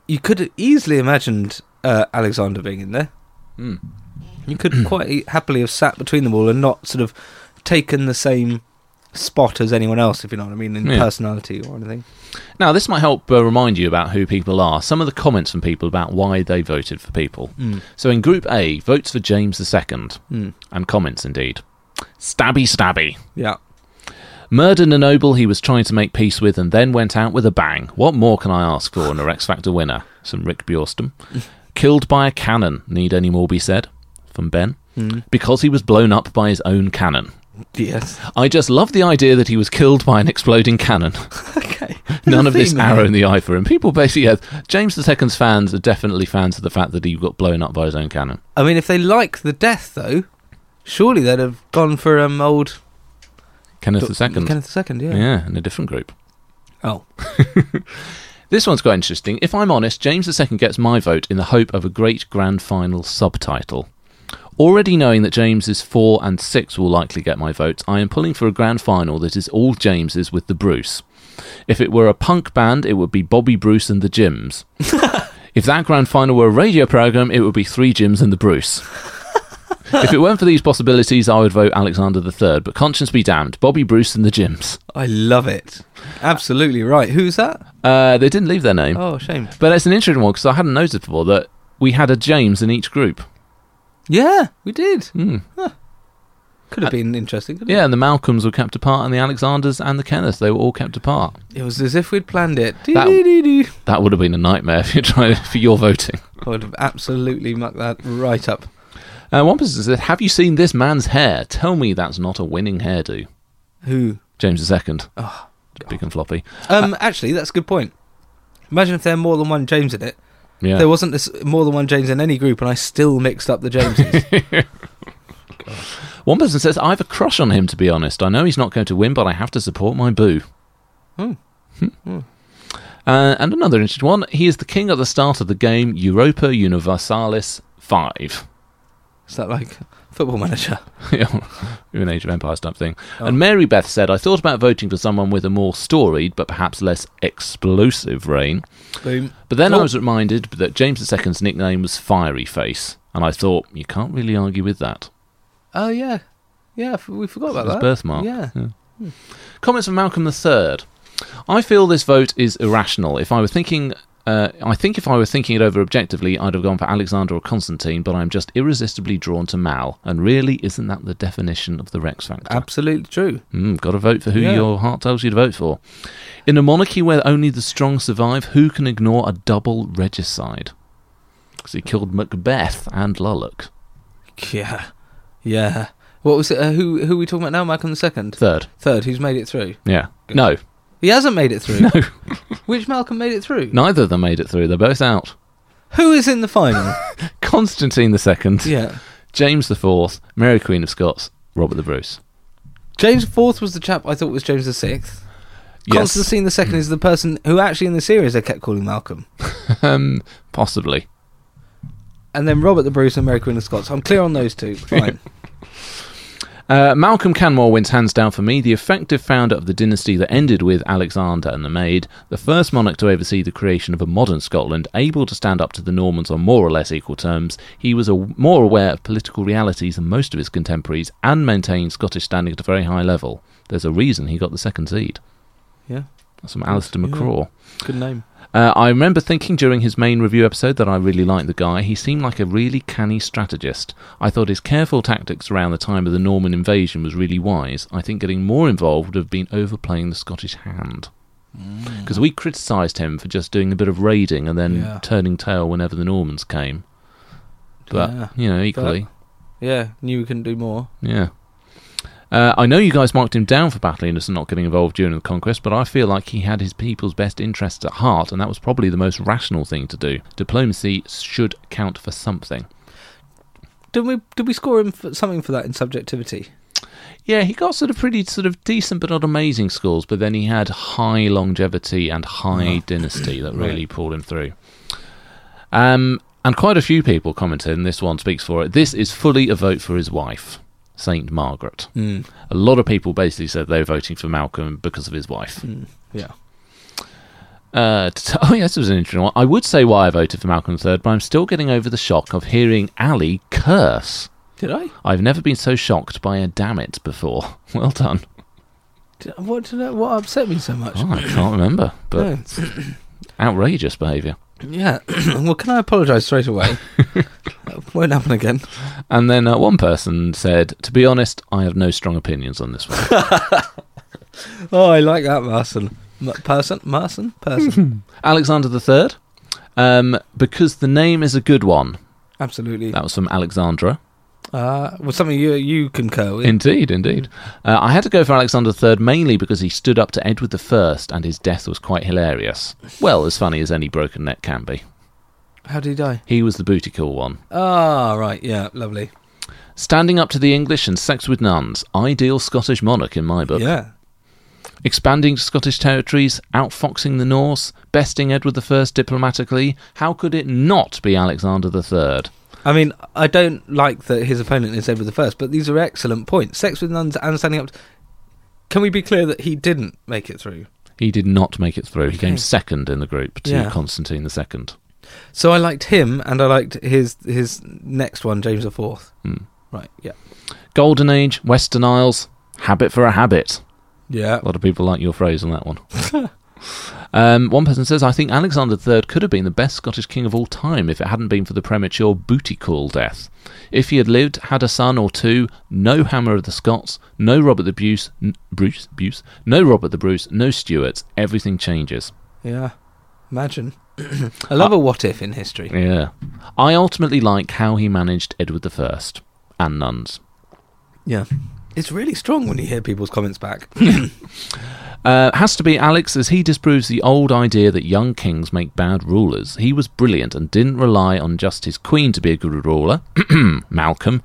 Speaker 5: You could have easily imagined uh, Alexander being in there.
Speaker 3: Hmm.
Speaker 5: You could quite e- happily have sat between them all and not sort of taken the same spot as anyone else, if you know what I mean, in
Speaker 3: Yeah.
Speaker 5: personality or anything.
Speaker 3: Now, this might help uh, remind you about who people are. Some of the comments from people about why they voted for people.
Speaker 5: Hmm.
Speaker 3: So, in Group A, votes for James II, and comments indeed. Stabby, stabby.
Speaker 5: Yeah.
Speaker 3: Murdered a noble he was trying to make peace with and then went out with a bang. What more can I ask for in a Rex Factor winner? Some Rick Bjorstam. Killed by a cannon, need any more be said? From Ben.
Speaker 5: Hmm.
Speaker 3: Because he was blown up by his own cannon.
Speaker 5: Yes.
Speaker 3: I just love the idea that he was killed by an exploding cannon.
Speaker 5: Okay.
Speaker 3: None of this
Speaker 5: Thing,
Speaker 3: arrow
Speaker 5: yeah.
Speaker 3: in the eye for him. People basically, yeah, James II's fans are definitely fans of the fact that he got blown up by his own cannon.
Speaker 5: I mean, if they like the death, though, surely they'd have gone for um old
Speaker 3: Kenneth II.
Speaker 5: Kenneth II, yeah.
Speaker 3: yeah, in a different group.
Speaker 5: Oh,
Speaker 3: This one's quite interesting. If I'm honest, James II gets my vote in the hope of a great grand final subtitle. Already knowing that James's 4 and 6 will likely get my votes, I am pulling for a grand final that is all James's with the Bruce. If it were a punk band, it would be Bobby Bruce and the Jims. if that grand final were a radio program, it would be Three Jims and the Bruce. if it weren't for these possibilities, I would vote Alexander III, but conscience be damned, Bobby Bruce and the Jims.
Speaker 5: I love it. Absolutely right. Who's that?
Speaker 3: Uh, they didn't leave their name.
Speaker 5: Oh, shame.
Speaker 3: But it's an interesting one because I hadn't noticed before that we had a James in each group.
Speaker 5: Yeah, we did.
Speaker 3: Mm.
Speaker 5: Could have been interesting. Couldn't
Speaker 3: Yeah, and the Malcolms were kept apart, and the Alexanders and the Kenneths, they were all kept apart.
Speaker 5: it? It was as if we'd planned it. Dee
Speaker 3: That-
Speaker 5: dee dee dee.
Speaker 3: That would have been a nightmare if you're trying for your voting.
Speaker 5: I would have absolutely mucked that right up.
Speaker 3: Uh, one person said, Have you seen this man's hair? Tell me that's not a winning hairdo.
Speaker 5: Who?
Speaker 3: James II. Oh, Big and floppy.
Speaker 5: Um, actually, that's a good point. Imagine if there were more than one James in it.
Speaker 3: Yeah.
Speaker 5: There wasn't this, more than one James in any group, and I still mixed up the Jameses.
Speaker 3: One person says, I have a crush on him, to be honest. I know he's not going to win, but I have to support my boo. Hmm. Uh, and another interesting one. He is the king at the start of the game, Europa Universalis 5.
Speaker 5: Is that like football manager?
Speaker 3: Yeah, an Age of Empires type thing. And Mary Beth said, I thought about voting for someone with a more storied but perhaps less explosive reign.
Speaker 5: Boom.
Speaker 3: But then I
Speaker 5: Oh.
Speaker 3: was reminded that James II's nickname was Fiery Face. And I thought, you can't really argue with that.
Speaker 5: Oh yeah, yeah. f- We forgot about
Speaker 3: His
Speaker 5: that.
Speaker 3: birthmark.
Speaker 5: Yeah.
Speaker 3: Comments from Malcolm III. I feel this vote is irrational. If I were thinking. Uh, I think if I were thinking it over objectively, I'd have gone for Alexander or Constantine, but I'm just irresistibly drawn to Mal. And really, isn't that the definition of the Rex Factor?
Speaker 5: Absolutely true.
Speaker 3: Mm, got to vote for who
Speaker 5: Yeah.
Speaker 3: your heart tells you to vote for. In a monarchy where only the strong survive, who can ignore a double regicide? Because he killed Macbeth and Lullock.
Speaker 5: Yeah, yeah. What was it? Uh, who who are we talking about now? Malcolm the second,
Speaker 3: Third.
Speaker 5: third. Who's made it through?
Speaker 3: Yeah. No,
Speaker 5: He hasn't made it through. No. Which Malcolm made it through?
Speaker 3: neither of them made it through. They're both out.
Speaker 5: Who is in the final?
Speaker 3: Constantine II,
Speaker 5: yeah.
Speaker 3: James IV, Mary Queen of Scots, Robert the Bruce.
Speaker 5: James Fourth was the chap I thought was James the Sixth. Constantine the Second is the person who actually in the series they kept calling Malcolm.
Speaker 3: Um, possibly.
Speaker 5: And then Robert the Bruce and Mary Queen of Scots. I'm clear on those two. Fine.
Speaker 3: Uh, Malcolm Canmore wins hands down for me, the effective founder of the dynasty that ended with Alexander and the Maid, the first monarch to oversee the creation of a modern Scotland able to stand up to the Normans on more or less equal terms. He was a, more aware of political realities than most of his contemporaries and maintained Scottish standing at a very high level. There's a reason he got the second seed.
Speaker 5: Yeah,
Speaker 3: That's from Alistair McCraw.
Speaker 5: good name.
Speaker 3: Uh, I remember thinking during his main review episode that I really liked the guy. He seemed like a really canny strategist. I thought his careful tactics around the time of the Norman invasion was really wise. I think getting more involved would have been overplaying the Scottish hand. Because we criticised him for just doing a bit of raiding and then
Speaker 5: Mm. Yeah.
Speaker 3: turning tail whenever the Normans came. But,
Speaker 5: Yeah.
Speaker 3: you know, equally.
Speaker 5: Yeah, knew we couldn't do more.
Speaker 3: Yeah. Uh, I know you guys marked him down for battliness and not getting involved during the conquest, but I feel like he had his people's best interests at heart, and that was probably the most rational thing to do. Diplomacy should count for something.
Speaker 5: Did we? Did we score him for something for that in subjectivity?
Speaker 3: Yeah, he got sort of pretty sort of decent but not amazing scores, but then he had high longevity and high dynasty that really pulled him through. Um, and quite a few people commented, and this one speaks for it. This is fully a vote for his wife, Saint Margaret. A lot of people basically said they were voting for Malcolm because of his wife.
Speaker 5: Yeah.
Speaker 3: Uh, to t- oh, yes, it was an interesting one. I would say why I voted for Malcolm III, but I'm still getting over the shock of hearing Ali curse.
Speaker 5: Did I?
Speaker 3: I've never been so shocked by a damn it before. Well done.
Speaker 5: Did, what did I, What upset me so much?
Speaker 3: Oh, I can't remember, but outrageous behaviour.
Speaker 5: Yeah. well, can I apologise straight away? That won't happen again.
Speaker 3: And then uh, one person said, "To be honest, I have no strong opinions on this one."
Speaker 5: Oh, I like that Marson. M- person, Marson, person.
Speaker 3: Alexander III, um, because the name is a good one.
Speaker 5: Absolutely.
Speaker 3: That was from Alexandra.
Speaker 5: Uh, well, something you you concur with.
Speaker 3: Indeed, indeed. Uh, I had to go for Alexander III mainly because he stood up to Edward I, and his death was quite hilarious. Well, as funny as any broken neck can be.
Speaker 5: How did he die?
Speaker 3: He was the booty call one.
Speaker 5: Ah, right. Yeah, lovely.
Speaker 3: Standing up to the English and sex with nuns, ideal Scottish monarch in my book.
Speaker 5: Yeah.
Speaker 3: expanding to Scottish territories, outfoxing the Norse, besting Edward I diplomatically. How could it not be Alexander III?
Speaker 5: I mean, I don't like that his opponent is Edward the First, but these are excellent points. Sex with nuns and standing up. t- Can we be clear that he didn't make it through?
Speaker 3: He did not make it through. He came second in the group to
Speaker 5: Yeah.
Speaker 3: Constantine II.
Speaker 5: So I liked him, and I liked his his next one, James the Fourth.
Speaker 3: Hmm.
Speaker 5: Right. Yeah.
Speaker 3: Golden Age, Western Isles, habit for a habit.
Speaker 5: Yeah.
Speaker 3: A lot of people like your phrase on that one. um, one person says, I think Alexander III could have been the best Scottish king of all time if it hadn't been for the premature booty call death. If he had lived, had a son or two, no Hammer of the Scots, no Robert the Bruce, n- Bruce, Bruce, no Robert the Bruce, no Stuarts, everything changes.
Speaker 5: Yeah. Imagine. I love a what if in history.
Speaker 3: Yeah. I ultimately like how he managed Edward the First and nuns.
Speaker 5: Yeah. It's really strong when you hear people's comments back.
Speaker 3: Uh, has to be Alex, as he disproves the old idea that young kings make bad rulers. He was brilliant and didn't rely on just his queen to be a good ruler, Malcolm.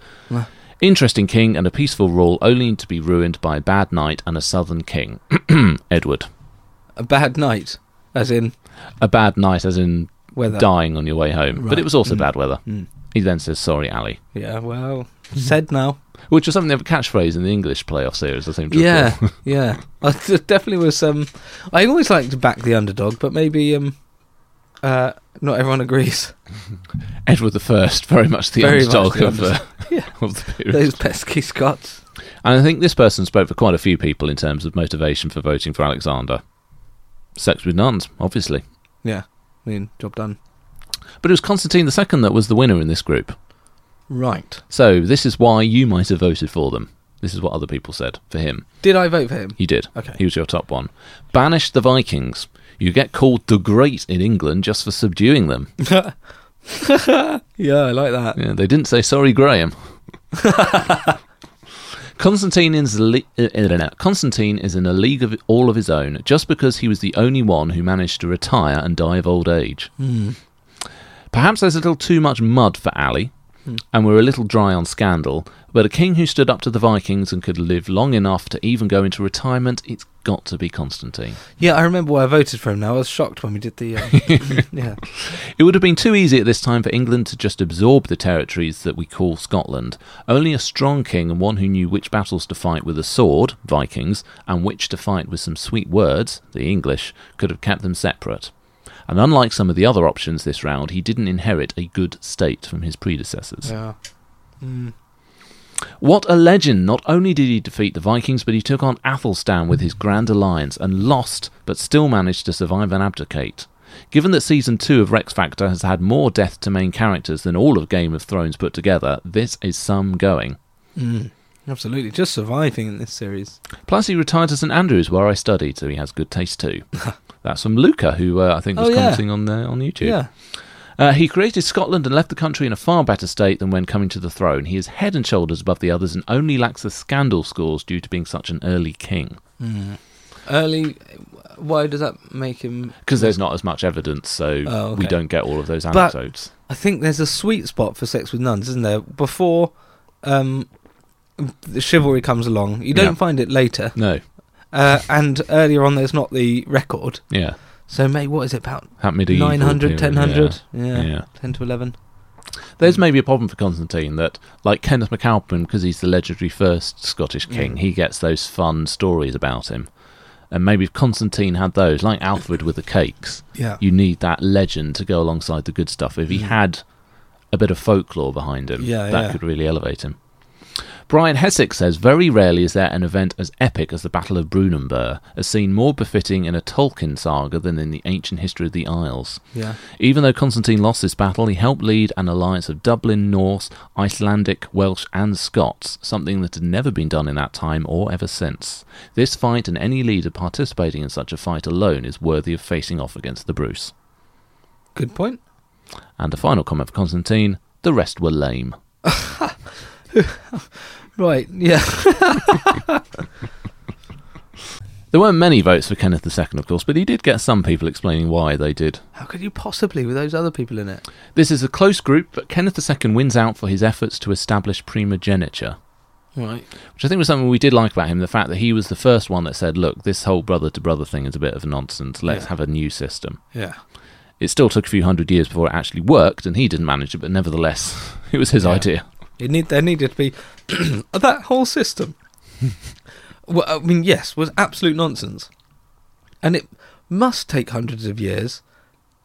Speaker 3: Interesting king and a peaceful rule, only to be ruined by a bad knight and a southern king, Edward.
Speaker 5: a bad night, as in
Speaker 3: A bad knight, as in
Speaker 5: weather. Hmm.
Speaker 3: dying on your way home, but it was
Speaker 5: Mm.
Speaker 3: also bad weather. He then says, "Sorry, Ali,"
Speaker 5: Yeah, well,
Speaker 3: Mm-hmm.
Speaker 5: said now.
Speaker 3: which was something of a catchphrase in the English playoff series. I seem to
Speaker 5: Yeah,
Speaker 3: recall.
Speaker 5: yeah. I d- definitely was. Um, I always like to back the underdog, but maybe um, uh, not everyone agrees.
Speaker 3: Edward the First, very much the
Speaker 5: Very much
Speaker 3: underdog
Speaker 5: the
Speaker 3: of, uh,
Speaker 5: Yeah.
Speaker 3: of the period.
Speaker 5: Those pesky Scots.
Speaker 3: And I think this person spoke for quite a few people in terms of motivation for voting for Alexander. Sex with nuns, obviously.
Speaker 5: Yeah, I mean, job done.
Speaker 3: But it was Constantine II that was the winner in this group.
Speaker 5: Right.
Speaker 3: So this is why you might have voted for them. This is what other people said for him.
Speaker 5: Did I vote for him?
Speaker 3: You did.
Speaker 5: Okay.
Speaker 3: He was your top one. Banish the Vikings. You get called the Great in England just for subduing them.
Speaker 5: Yeah, I like that.
Speaker 3: Yeah, they didn't say sorry, Graham. Constantine is, le- uh, uh, Constantine is in a league of all of his own just because he was the only one who managed to retire and die of old age. Perhaps there's a little too much mud for Ali, and we're a little dry on scandal, but a king who stood up to the Vikings and could live long enough to even go into retirement, it's got to be Constantine.
Speaker 5: Yeah, I remember why I voted for him now. I was shocked when we did the. Uh, yeah.
Speaker 3: It would have been too easy at this time for England to just absorb the territories that we call Scotland. Only a strong king and one who knew which battles to fight with a sword, Vikings, and which to fight with some sweet words, the English, could have kept them separate. And unlike some of the other options this round, he didn't inherit a good state from his predecessors.
Speaker 5: Yeah.
Speaker 3: What a legend! Not only did he defeat the Vikings, but he took on Athelstan with his Grand Alliance and lost, but still managed to survive and abdicate. Given that season 2 of Rex Factor has had more death to main characters than all of Game of Thrones put together, this is some going.
Speaker 5: Absolutely. Just surviving in this series.
Speaker 3: Plus, he retired to St Andrews, where I studied, so he has good taste too. That's from Luca, who uh, I think was
Speaker 5: Oh, yeah.
Speaker 3: commenting on the, on YouTube.
Speaker 5: Yeah.
Speaker 3: Uh, he created Scotland and left the country in a far better state than when coming to the throne. He is head and shoulders above the others and only lacks the scandal scores due to being such an early king.
Speaker 5: Early. Why does that make him.
Speaker 3: Because there's not as much evidence, so
Speaker 5: Oh, okay.
Speaker 3: we don't get all of those
Speaker 5: But-
Speaker 3: anecdotes.
Speaker 5: I think there's a sweet spot for sex with nuns, isn't there? Before um, the chivalry comes along, you don't
Speaker 3: Yeah.
Speaker 5: find it later.
Speaker 3: no,
Speaker 5: Uh, and earlier on, there's not the record.
Speaker 3: yeah,
Speaker 5: So, mate, what is it about?
Speaker 3: that medieval
Speaker 5: 900,
Speaker 3: period,
Speaker 5: 1000? Yeah.
Speaker 3: yeah. yeah.
Speaker 5: 10 to Mm. 11.
Speaker 3: There's maybe a problem for Constantine that, like Kenneth MacAlpin, because he's the legendary first Scottish king, he gets those fun stories about him. And maybe if Constantine had those, like Alfred with the cakes,
Speaker 5: Yeah. Mm.
Speaker 3: you need that legend to go alongside the good stuff. If he had a bit of folklore behind him,
Speaker 5: Yeah,
Speaker 3: that
Speaker 5: yeah.
Speaker 3: could really elevate him. Brian Hessex says very rarely is there an event as epic as the Battle of Brunanburh, a scene more befitting in a Tolkien saga than in the ancient history of the Isles.
Speaker 5: Yeah.
Speaker 3: Even though Constantine lost this battle, he helped lead an alliance of Dublin, Norse, Icelandic, Welsh, and Scots, something that had never been done in that time or ever since. This fight and any leader participating in such a fight alone is worthy of facing off against the Bruce.
Speaker 5: Good point.
Speaker 3: And the final comment for Constantine the rest were lame.
Speaker 5: Right, yeah.
Speaker 3: There weren't many votes for Kenneth II, of course, but he did get some people explaining why they did.
Speaker 5: How could you possibly with those other people in it?
Speaker 3: This is a close group, but Kenneth II wins out for his efforts to establish primogeniture.
Speaker 5: Right.
Speaker 3: which I think was something we did like about him the fact that he was the first one that said, look, this whole brother to brother thing is a bit of nonsense. Let's
Speaker 5: Yeah.
Speaker 3: have a new system.
Speaker 5: Yeah.
Speaker 3: It still took a few hundred years before it actually worked, and he didn't manage it, but nevertheless, it was his
Speaker 5: Yeah.
Speaker 3: idea.
Speaker 5: It need there needed to be that whole system. well, I mean, yes, was absolute nonsense, and it must take hundreds of years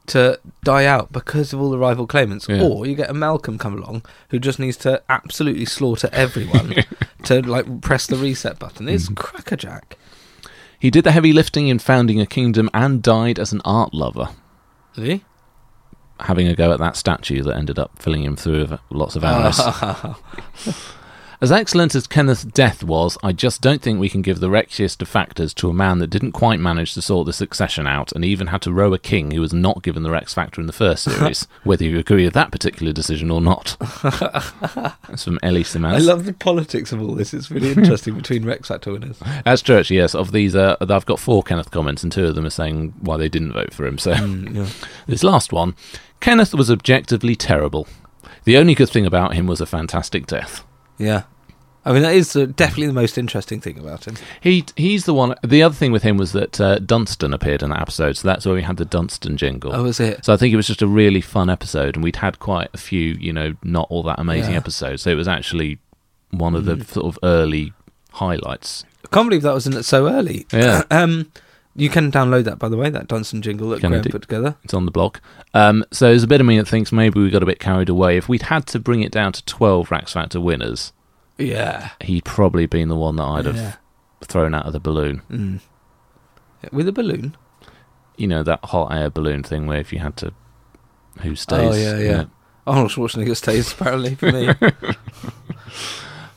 Speaker 5: to die out because of all the rival claimants.
Speaker 3: Yeah.
Speaker 5: Or you get a Malcolm come along who just needs to absolutely slaughter everyone to like press the reset button.
Speaker 3: Mm-hmm.
Speaker 5: It's crackerjack.
Speaker 3: He did the heavy lifting in founding a kingdom and died as an art lover,
Speaker 5: See?
Speaker 3: having a go at that statue that ended up filling him through with lots of arrows. As excellent as Kenneth's death was, I just don't think we can give the Rexiest of factors to a man that didn't quite manage to sort the succession out and even had to row a king who was not given the Rex Factor in the first series, whether you agree with that particular decision or not. That's from Ellie
Speaker 5: I
Speaker 3: Simmons.
Speaker 5: love the politics of all this. It's really interesting between Rex Factor winners.
Speaker 3: As Church, yes, of these, uh, I've got four Kenneth comments and two of them are saying why they didn't vote for him. So
Speaker 5: Mm,
Speaker 3: this last one Kenneth was objectively terrible. The only good thing about him was a fantastic death.
Speaker 5: Yeah. I mean, that is the, definitely the most interesting thing about him.
Speaker 3: He he's the one. The other thing with him was that uh, Dunstan appeared in that episode, so that's where we had the Dunstan jingle.
Speaker 5: Oh, was it?
Speaker 3: So I think it was just a really fun episode, and we'd had quite a few, you know, not all that amazing
Speaker 5: Yeah. Mm.
Speaker 3: episodes. So it was actually one of the sort of early highlights.
Speaker 5: I can't believe that was in it so early.
Speaker 3: Yeah.
Speaker 5: um, you can download that, by the way, that Dunstan jingle that
Speaker 3: Can I
Speaker 5: Graham
Speaker 3: do-
Speaker 5: put together.
Speaker 3: It's on the blog. Um, so there's a bit of me that thinks maybe we got a bit carried away. If we'd had to bring it down to 12 Rax Factor winners,
Speaker 5: Yeah.
Speaker 3: he'd probably been the one that I'd
Speaker 5: Yeah. Mm.
Speaker 3: have thrown out of the balloon.
Speaker 5: With a balloon?
Speaker 3: You know, that hot air balloon thing where if you had to. Who stays?
Speaker 5: Oh, yeah, yeah.
Speaker 3: you know,
Speaker 5: Arnold Schwarzenegger stays, apparently, for me.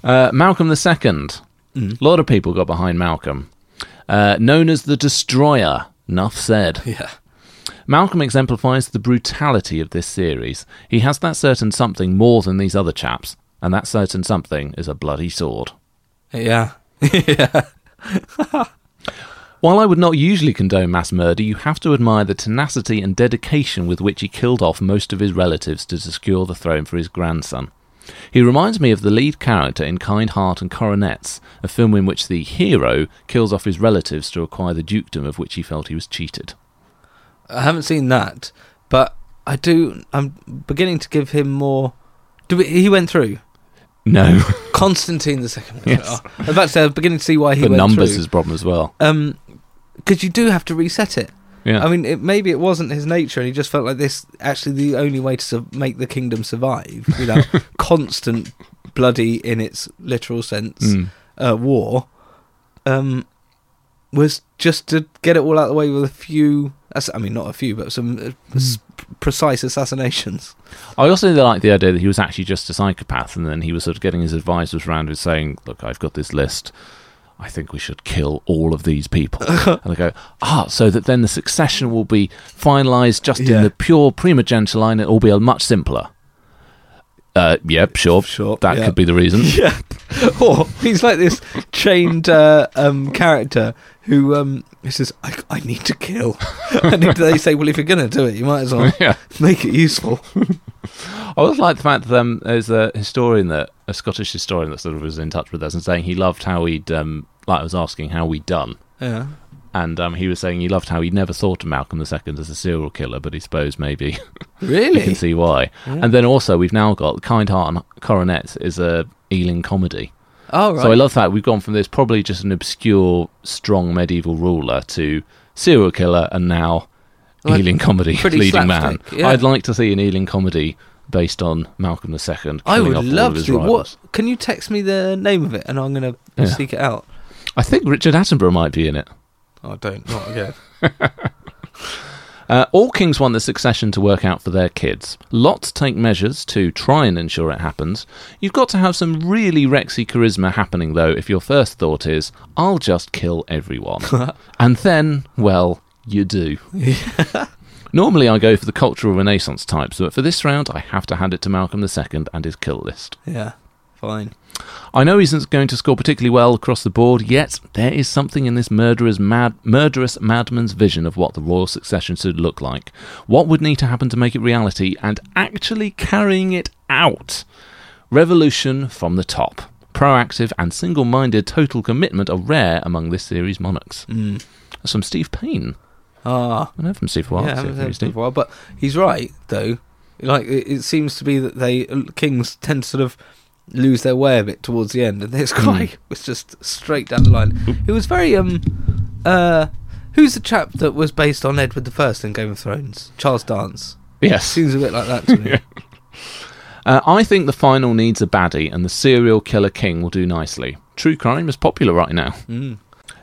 Speaker 3: Uh, Malcolm II.
Speaker 5: Mm.
Speaker 3: A lot of people got behind Malcolm. Uh, known as the Destroyer, Nuff said.
Speaker 5: yeah.
Speaker 3: Malcolm exemplifies the brutality of this series. He has that certain something more than these other chaps, and that certain something is a bloody sword.
Speaker 5: Yeah.
Speaker 3: While I would not usually condone mass murder, you have to admire the tenacity and dedication with which he killed off most of his relatives to secure the throne for his grandson. He reminds me of the lead character in Kind Heart and Coronets, a film in which the hero kills off his relatives to acquire the dukedom of which he felt he was cheated.
Speaker 5: I haven't seen that, but I do. I'm beginning to give him more. Do we, he went through
Speaker 3: No,
Speaker 5: Constantine the second.
Speaker 3: Yes.
Speaker 5: Oh, I was about to say, I'm beginning to see why he
Speaker 3: the
Speaker 5: went
Speaker 3: numbers
Speaker 5: through.
Speaker 3: is a problem as well.
Speaker 5: um, because you do have to reset it.
Speaker 3: Yeah,
Speaker 5: I mean, it, maybe it wasn't his nature, and he just felt like this. Actually, the only way to su- make the kingdom survive without constant bloody, in its literal sense,
Speaker 3: Mm.
Speaker 5: uh, war, um, was just to get it all out of the way with a few. ass- I mean, not a few, but some
Speaker 3: Mm.
Speaker 5: uh, s- precise assassinations.
Speaker 3: I also like the idea that he was actually just a psychopath, and then he was sort of getting his advisors round and saying, "Look, I've got this list. I think we should kill all of these people." and I go, "Ah, so that then the succession will be finalised just in
Speaker 5: Yeah.
Speaker 3: the pure primogeniture line, and it'll be a much simpler." Uh, yep, sure,
Speaker 5: Sure,
Speaker 3: That
Speaker 5: yeah.
Speaker 3: could be the reason.
Speaker 5: Yeah. or he's like this chained uh, um, character who um, who says, I, I need to kill. and if they say, well, if you're going to do it, you might as well
Speaker 3: yeah.
Speaker 5: make it useful.
Speaker 3: I also like the fact that um, there's a historian that a Scottish historian that sort of was in touch with us and saying he loved how he'd um, like I was asking how we'd done.
Speaker 5: Yeah.
Speaker 3: and um, he was saying he loved how he never thought of Malcolm II as a serial killer, but he suppose maybe you
Speaker 5: Really?
Speaker 3: can see why. And then also we've now got Kind Heart and Coronet is a Ealing comedy.
Speaker 5: Oh, right.
Speaker 3: So I love that we've gone from this probably just an obscure, strong medieval ruler to serial killer, and now
Speaker 5: Well,
Speaker 3: Ealing comedy
Speaker 5: pretty
Speaker 3: leading man.
Speaker 5: slapstick, yeah.
Speaker 3: I'd like to see an Ealing comedy based on Malcolm II. Killing
Speaker 5: I would
Speaker 3: off all
Speaker 5: love
Speaker 3: of his
Speaker 5: to. What?
Speaker 3: rivals.
Speaker 5: Can you text me the name of it and I'm going to
Speaker 3: Yeah.
Speaker 5: seek it out?
Speaker 3: I think Richard Attenborough might be in it.
Speaker 5: Oh, don't. Not again.
Speaker 3: Uh, all kings want the succession to work out for their kids. Lots take measures to try and ensure it happens. You've got to have some really Rexy charisma happening, though, if your first thought is, I'll just kill everyone. and then, well, you do. Normally, I go for the cultural renaissance types, but for this round, I have to hand it to Malcolm II and his kill list.
Speaker 5: yeah. Fine.
Speaker 3: I know he's not going to score particularly well across the board, yet there is something in this murderer's mad, murderous madman's vision of what the royal succession should look like. What would need to happen to make it reality, and actually carrying it out? Revolution from the top. Proactive and single minded total commitment are rare among this series' monarchs.
Speaker 5: Mm.
Speaker 3: That's from Steve Payne.
Speaker 5: Ah.
Speaker 3: I know from Steve Wild.
Speaker 5: yeah, I haven't heard
Speaker 3: Steve.
Speaker 5: it for a while, but he's right though. Like it, it seems to be that they uh, kings tend to sort of lose their way a bit towards the end, and this
Speaker 3: Hmm.
Speaker 5: guy was just straight down the line. It was very um uh who's the chap that was based on Edward the First in Game of Thrones? Charles Dance
Speaker 3: Yes.
Speaker 5: seems a bit like that to me.
Speaker 3: Uh, I think the final needs a baddie, and the serial killer king will do nicely. True crime is popular right now.
Speaker 5: Mm.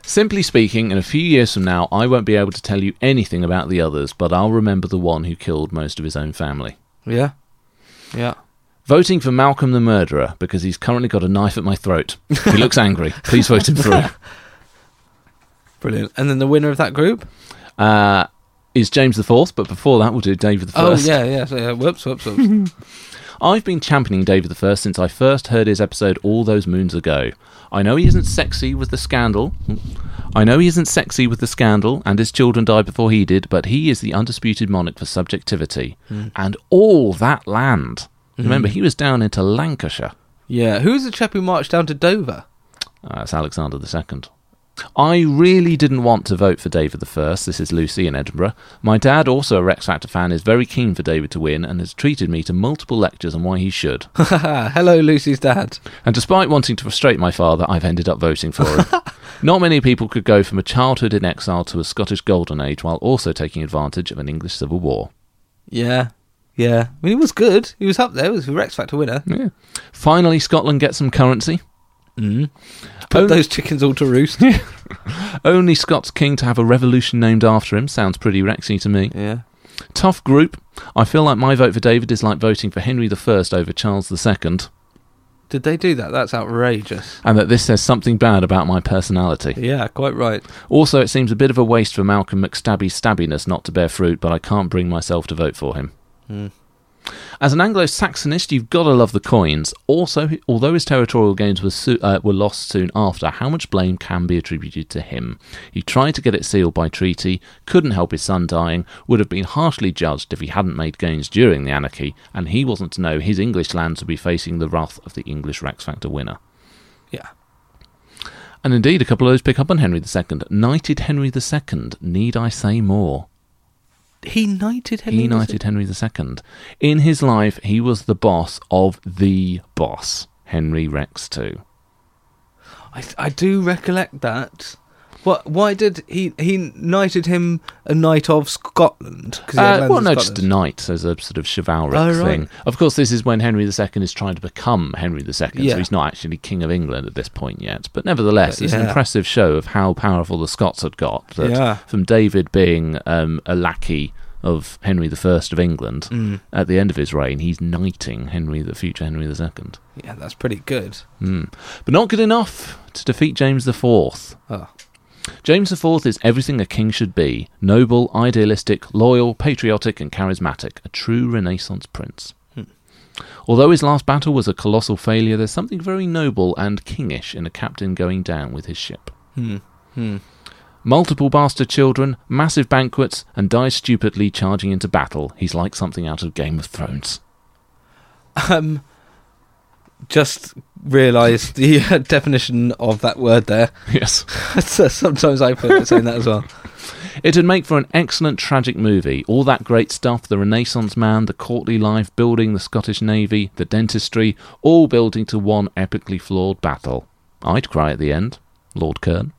Speaker 3: Simply speaking, in a few years from now, I won't be able to tell you anything about the others, but I'll remember the one who killed most of his own family.
Speaker 5: Yeah, yeah.
Speaker 3: Voting for Malcolm the murderer because he's currently got a knife at my throat. He looks angry. Please vote him through.
Speaker 5: Brilliant. And then the winner of that group?
Speaker 3: Uh, is James the Fourth, but before that, we'll do David the
Speaker 5: Oh,
Speaker 3: First.
Speaker 5: yeah, yeah. So, yeah. Whoops, whoops, whoops.
Speaker 3: I've been championing David I since I first heard his episode all those moons ago. I know he isn't sexy with the scandal. I know he isn't sexy with the scandal, and his children died before he did, but he is the undisputed monarch for subjectivity. And all that land. Remember, he was down into Lancashire.
Speaker 5: yeah. Who's the chap who marched down to Dover?
Speaker 3: Uh, it's Alexander II. I really didn't want to vote for David I. This is Lucy in Edinburgh. My dad, also a Rex Factor fan, is very keen for David to win and has treated me to multiple lectures on why he should.
Speaker 5: Hello, Lucy's dad.
Speaker 3: And despite wanting to frustrate my father, I've ended up voting for him. Not many people could go from a childhood in exile to a Scottish golden age while also taking advantage of an English civil war.
Speaker 5: Yeah, yeah. I mean, he was good. He was up there. He was a Rex Factor winner.
Speaker 3: Yeah. Finally, Scotland gets some currency.
Speaker 5: Mm. Put
Speaker 3: Oh.
Speaker 5: those chickens all to roost.
Speaker 3: Only Scots king to have a revolution named after him. Sounds pretty Rexy to me.
Speaker 5: yeah.
Speaker 3: Tough group. I feel like my vote for David is like voting for Henry I over Charles II,
Speaker 5: Did they do that? That's outrageous.
Speaker 3: and that this says something bad about my personality.
Speaker 5: Yeah, quite right.
Speaker 3: Also, it seems a bit of a waste for Malcolm McStabby's stabbiness not to bear fruit, but I can't bring myself to vote for him. As an Anglo-Saxonist, you've got to love the coins. Also, although his territorial gains were soo- uh, were lost soon after, how much blame can be attributed to him? He tried to get it sealed by treaty, couldn't help his son dying, would have been harshly judged if he hadn't made gains during the anarchy, and he wasn't to know his English lands would be facing the wrath of the English Rex Factor winner.
Speaker 5: Yeah.
Speaker 3: And indeed, a couple of those pick up on Henry II. Knighted Henry II, need I say more?
Speaker 5: He knighted Henry.
Speaker 3: He knighted Henry II. In his life, he was the boss of the boss, Henry Rex II.
Speaker 5: I, I do recollect that. What? Why did he he knighted him a knight of Scotland? 'Cause he had
Speaker 3: Uh,
Speaker 5: lands
Speaker 3: well,
Speaker 5: in
Speaker 3: no, just
Speaker 5: Scotland.
Speaker 3: a knight as a sort of chivalric
Speaker 5: Oh, right.
Speaker 3: thing. Of course, this is when Henry II is trying to become Henry II,
Speaker 5: Yeah.
Speaker 3: so he's not actually King of England at this point yet. But nevertheless,
Speaker 5: But
Speaker 3: it's an
Speaker 5: yeah.
Speaker 3: impressive show of how powerful the Scots had got. That
Speaker 5: Yeah.
Speaker 3: From David being um, a lackey of Henry I of England,
Speaker 5: Mm.
Speaker 3: at the end of his reign, he's knighting Henry, the future Henry II.
Speaker 5: Yeah, that's pretty good.
Speaker 3: Mm. But not good enough to defeat James IV.
Speaker 5: Oh.
Speaker 3: James IV is everything a king should be noble, idealistic, loyal, patriotic, and charismatic, a true Renaissance prince. Although his last battle was a colossal failure, there's something very noble and kingish in a captain going down with his ship. Multiple bastard children, massive banquets, and dies stupidly charging into battle. He's like something out of Game of Thrones.
Speaker 5: Um, just realised the uh, definition of that word there.
Speaker 3: Yes.
Speaker 5: so sometimes I put saying that as well.
Speaker 3: It'd make for an excellent tragic movie. All that great stuff the Renaissance man, the courtly life, building the Scottish Navy, the dentistry, all building to one epically flawed battle. I'd cry at the end. Lord Kern.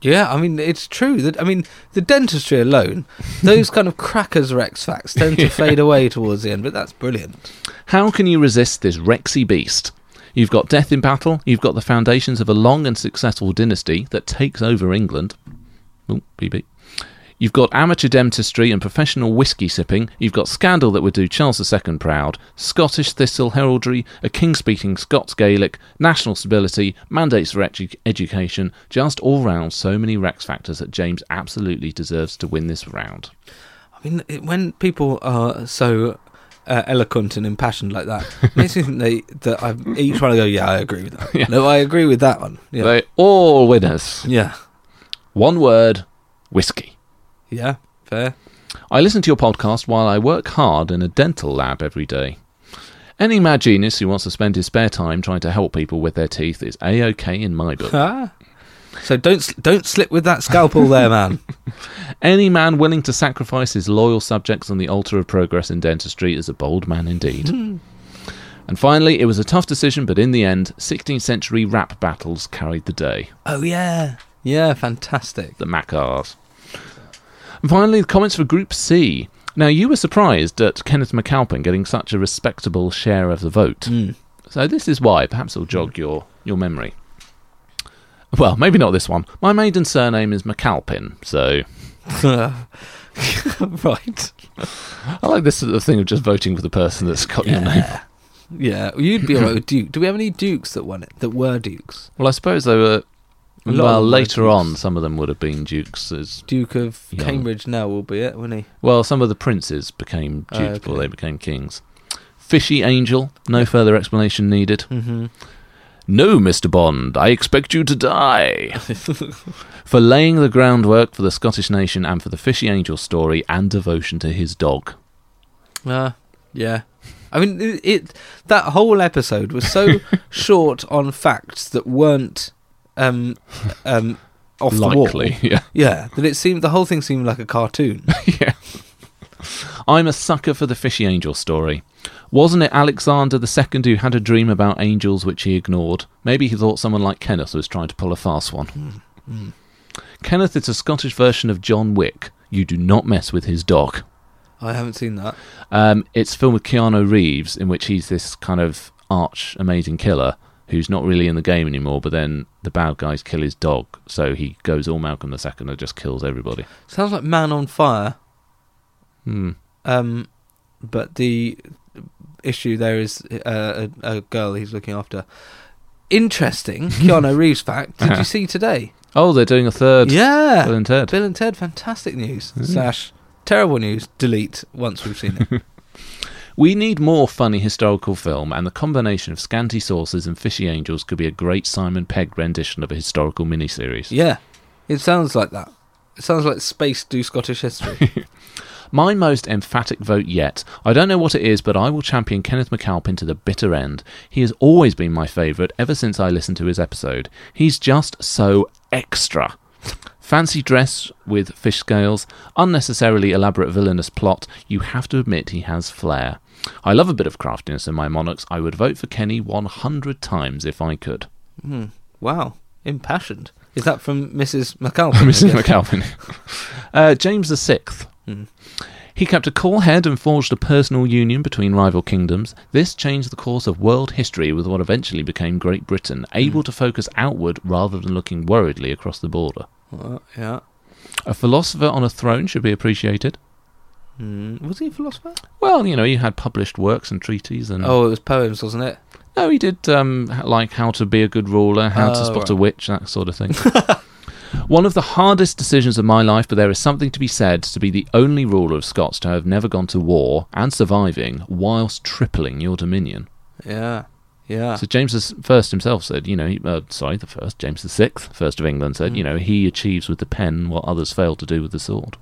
Speaker 5: Yeah, I mean it's true that I mean the dentistry alone, those kind of crackers or X facts tend to fade away towards the end, but that's brilliant.
Speaker 3: How can you resist this Rexy beast? You've got death in battle, you've got the foundations of a long and successful dynasty that takes over England. Ooh, BB. You've got amateur dentistry and professional whiskey sipping, you've got scandal that would do Charles II proud, Scottish thistle heraldry, a king speaking Scots Gaelic, national stability, mandates for edu- education, just all round so many Rex factors that James absolutely deserves to win this round.
Speaker 5: I mean it, when people are so uh, eloquent and impassioned like that, it makes me think they that I'm each one to go, yeah, I agree with that.
Speaker 3: Yeah.
Speaker 5: No, I agree with that one. Yeah,
Speaker 3: They all winners.
Speaker 5: yeah,
Speaker 3: One word whiskey.
Speaker 5: yeah, fair.
Speaker 3: I listen to your podcast while I work hard in a dental lab every day. Any mad genius who wants to spend his spare time trying to help people with their teeth is a okay in my book.
Speaker 5: Ah. So don't sl- don't slip with that scalpel there, man.
Speaker 3: Any man willing to sacrifice his loyal subjects on the altar of progress in dentistry is a bold man indeed. and finally, it was a tough decision, but in the end, 16th century rap battles carried the day.
Speaker 5: oh yeah, yeah, fantastic.
Speaker 3: the Macars. And finally, the comments for Group C. Now, you were surprised at Kenneth MacAlpin getting such a respectable share of the vote.
Speaker 5: Hmm.
Speaker 3: So this is why. Perhaps it'll jog your, your memory. Well, maybe not this one. My maiden surname is MacAlpin, so
Speaker 5: right.
Speaker 3: I like this sort of thing of just voting for the person that's got your name.
Speaker 5: Yeah. Yeah, well, you'd be alright with Duke. Do we have any Dukes that won it? That were Dukes?
Speaker 3: Well, I suppose they were.
Speaker 5: A lot
Speaker 3: Well,
Speaker 5: of them were
Speaker 3: later
Speaker 5: dukes.
Speaker 3: on, some of them would have been dukes. As,
Speaker 5: Duke of
Speaker 3: Yeah.
Speaker 5: Cambridge now will be it, wouldn't he?
Speaker 3: well, some of the princes became dukes
Speaker 5: Oh,
Speaker 3: before
Speaker 5: okay.
Speaker 3: they became kings. Fishy Angel, no further explanation needed.
Speaker 5: Mm-hmm.
Speaker 3: No, Mr. Bond, I expect you to die. for laying the groundwork for the Scottish nation and for the Fishy Angel story and devotion to his dog.
Speaker 5: Uh, yeah. I mean, it, it that whole episode was so short on facts that weren't um, um, off the
Speaker 3: Likely,
Speaker 5: wall.
Speaker 3: yeah.
Speaker 5: Yeah, that it seemed the whole thing seemed like a cartoon.
Speaker 3: yeah. I'm a sucker for the Fishy Angel story. Wasn't it Alexander II who had a dream about angels which he ignored? Maybe he thought someone like Kenneth was trying to pull a fast one. Kenneth is a Scottish version of John Wick. You do not mess with his dog.
Speaker 5: I haven't seen that.
Speaker 3: Um, it's a film with Keanu Reeves in which he's this kind of arch amazing killer who's not really in the game anymore, but then the bad guys kill his dog, so he goes all Malcolm II and just kills everybody.
Speaker 5: Sounds like Man on Fire.
Speaker 3: Hmm.
Speaker 5: Um, but the issue there is uh, a, a girl he's looking after. Interesting Keanu Reeves fact. Did
Speaker 3: Uh-huh.
Speaker 5: you see today?
Speaker 3: Oh, they're doing a third.
Speaker 5: yeah,
Speaker 3: Bill and Ted. Mm.
Speaker 5: Bill and Ted. Fantastic news slash terrible news. Delete once we've seen it.
Speaker 3: We need more funny historical film, and the combination of scanty sources and fishy angels could be a great Simon Pegg rendition of a historical miniseries.
Speaker 5: Yeah, it sounds like that. It sounds like space do Scottish history.
Speaker 3: My most emphatic vote yet. I don't know what it is, but I will champion Kenneth McAlpin to the bitter end. He has always been my favourite ever since I listened to his episode. He's just so extra. Fancy dress with fish scales, unnecessarily elaborate villainous plot, you have to admit he has flair. I love a bit of craftiness in my monarchs. I would vote for Kenny 100 times if I could.
Speaker 5: wow, impassioned. Is that from Mrs. McAlpin?
Speaker 3: Mrs.
Speaker 5: I guess?
Speaker 3: McAlpin. uh, James the Sixth. He kept a cool head and forged a personal union between rival kingdoms. This changed the course of world history with what eventually became Great Britain, able to focus outward rather than looking worriedly across the border.
Speaker 5: Well, yeah.
Speaker 3: A philosopher on a throne should be appreciated.
Speaker 5: Mm, Was he a philosopher?
Speaker 3: Well, you know, he had published works and treaties, and
Speaker 5: Oh, it was poems, wasn't it?
Speaker 3: no, he did um, h- like how to be a good ruler, how to
Speaker 5: Oh,
Speaker 3: spot
Speaker 5: right.
Speaker 3: a witch, that sort of thing. One of the hardest decisions of my life, but there is something to be said to be the only ruler of Scots to have never gone to war and surviving whilst tripling your dominion.
Speaker 5: Yeah, yeah.
Speaker 3: So James the S- First himself said, you know, he- uh, sorry, the first James the Sixth, first of England said, you
Speaker 5: Mm.
Speaker 3: know, he achieves with the pen what others fail to do with the sword.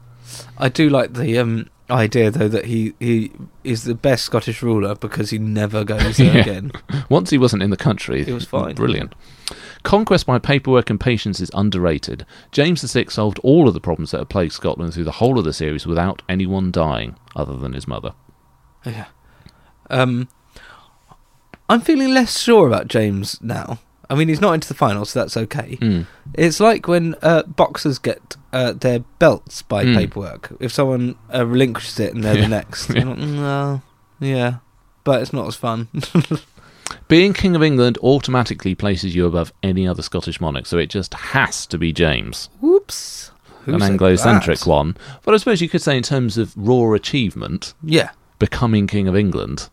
Speaker 5: I do like the um, idea though that he he is the best Scottish ruler because he never goes there
Speaker 3: Yeah.
Speaker 5: again.
Speaker 3: Once he wasn't in the country,
Speaker 5: It was fine.
Speaker 3: Brilliant. Conquest by paperwork and patience is underrated. James VI solved all of the problems that have plagued Scotland through the whole of the series without anyone dying, other than his mother.
Speaker 5: Yeah. Um, I'm feeling less sure about James now. I mean, he's not into the final, so that's okay.
Speaker 3: Mm.
Speaker 5: It's like when uh, boxers get uh, their belts by
Speaker 3: Mm.
Speaker 5: paperwork. If someone uh, relinquishes it and they're
Speaker 3: Yeah.
Speaker 5: the next, you're like, "Mm, well, yeah, but it's not as fun.
Speaker 3: Being King of England automatically places you above any other Scottish monarch, so it just has to be James,
Speaker 5: Whoops. Who
Speaker 3: an
Speaker 5: said
Speaker 3: Anglo-centric
Speaker 5: that?
Speaker 3: one. But I suppose you could say, in terms of raw achievement,
Speaker 5: Yeah,
Speaker 3: becoming King of England.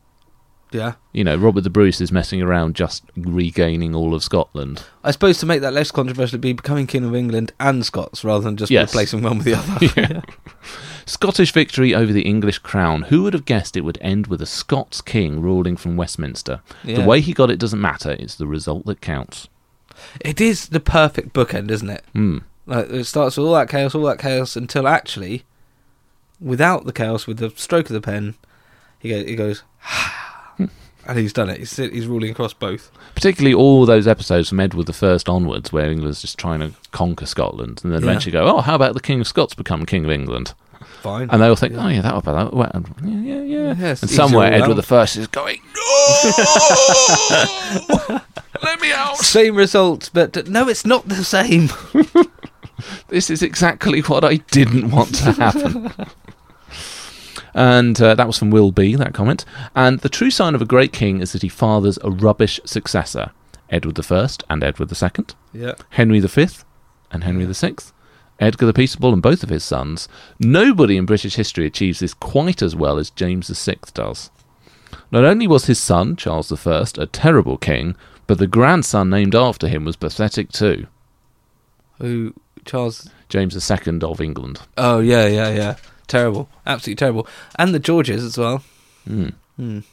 Speaker 5: yeah.
Speaker 3: You know, Robert the Bruce is messing around just regaining all of Scotland.
Speaker 5: I suppose to make that less controversial, it'd be becoming King of England and Scots rather than just
Speaker 3: Yes.
Speaker 5: replacing one with the other.
Speaker 3: Yeah. Scottish victory over the English crown. Who would have guessed it would end with a Scots king ruling from Westminster? The
Speaker 5: Yeah.
Speaker 3: way he got it doesn't matter, it's the result that counts.
Speaker 5: It is the perfect bookend, isn't it?
Speaker 3: Hmm.
Speaker 5: Like it starts with all that chaos, all that chaos, until actually, without the chaos, with the stroke of the pen, he goes, he goes, and he's done it. He's he's ruling across both.
Speaker 3: Particularly all those episodes from Edward I onwards where England's just trying to conquer Scotland and then
Speaker 5: Yeah.
Speaker 3: eventually go, oh, how about the King of Scots become King of England?
Speaker 5: Fine.
Speaker 3: And they all think, oh, yeah, that'll be that. Well, and- yeah, yeah, yeah.
Speaker 5: Yeah, it's
Speaker 3: and
Speaker 5: easier
Speaker 3: somewhere
Speaker 5: all
Speaker 3: Edward
Speaker 5: round.
Speaker 3: I is going, no! Let me out!
Speaker 5: same result, but no, it's not the same.
Speaker 3: This is exactly what I didn't want to happen. and uh, that was from Will B, that comment. And the true sign of a great king is that he fathers a rubbish successor Edward I and Edward II,
Speaker 5: yeah.
Speaker 3: Henry V and Henry VI, Edgar the Peaceable and both of his sons. Nobody in British history achieves this quite as well as James VI does. Not only was his son, Charles I, a terrible king, but the grandson named after him was pathetic too.
Speaker 5: Who Charles?
Speaker 3: James II of England.
Speaker 5: Oh yeah, yeah, yeah. Terrible, absolutely terrible. And the Georges as well.
Speaker 3: Comments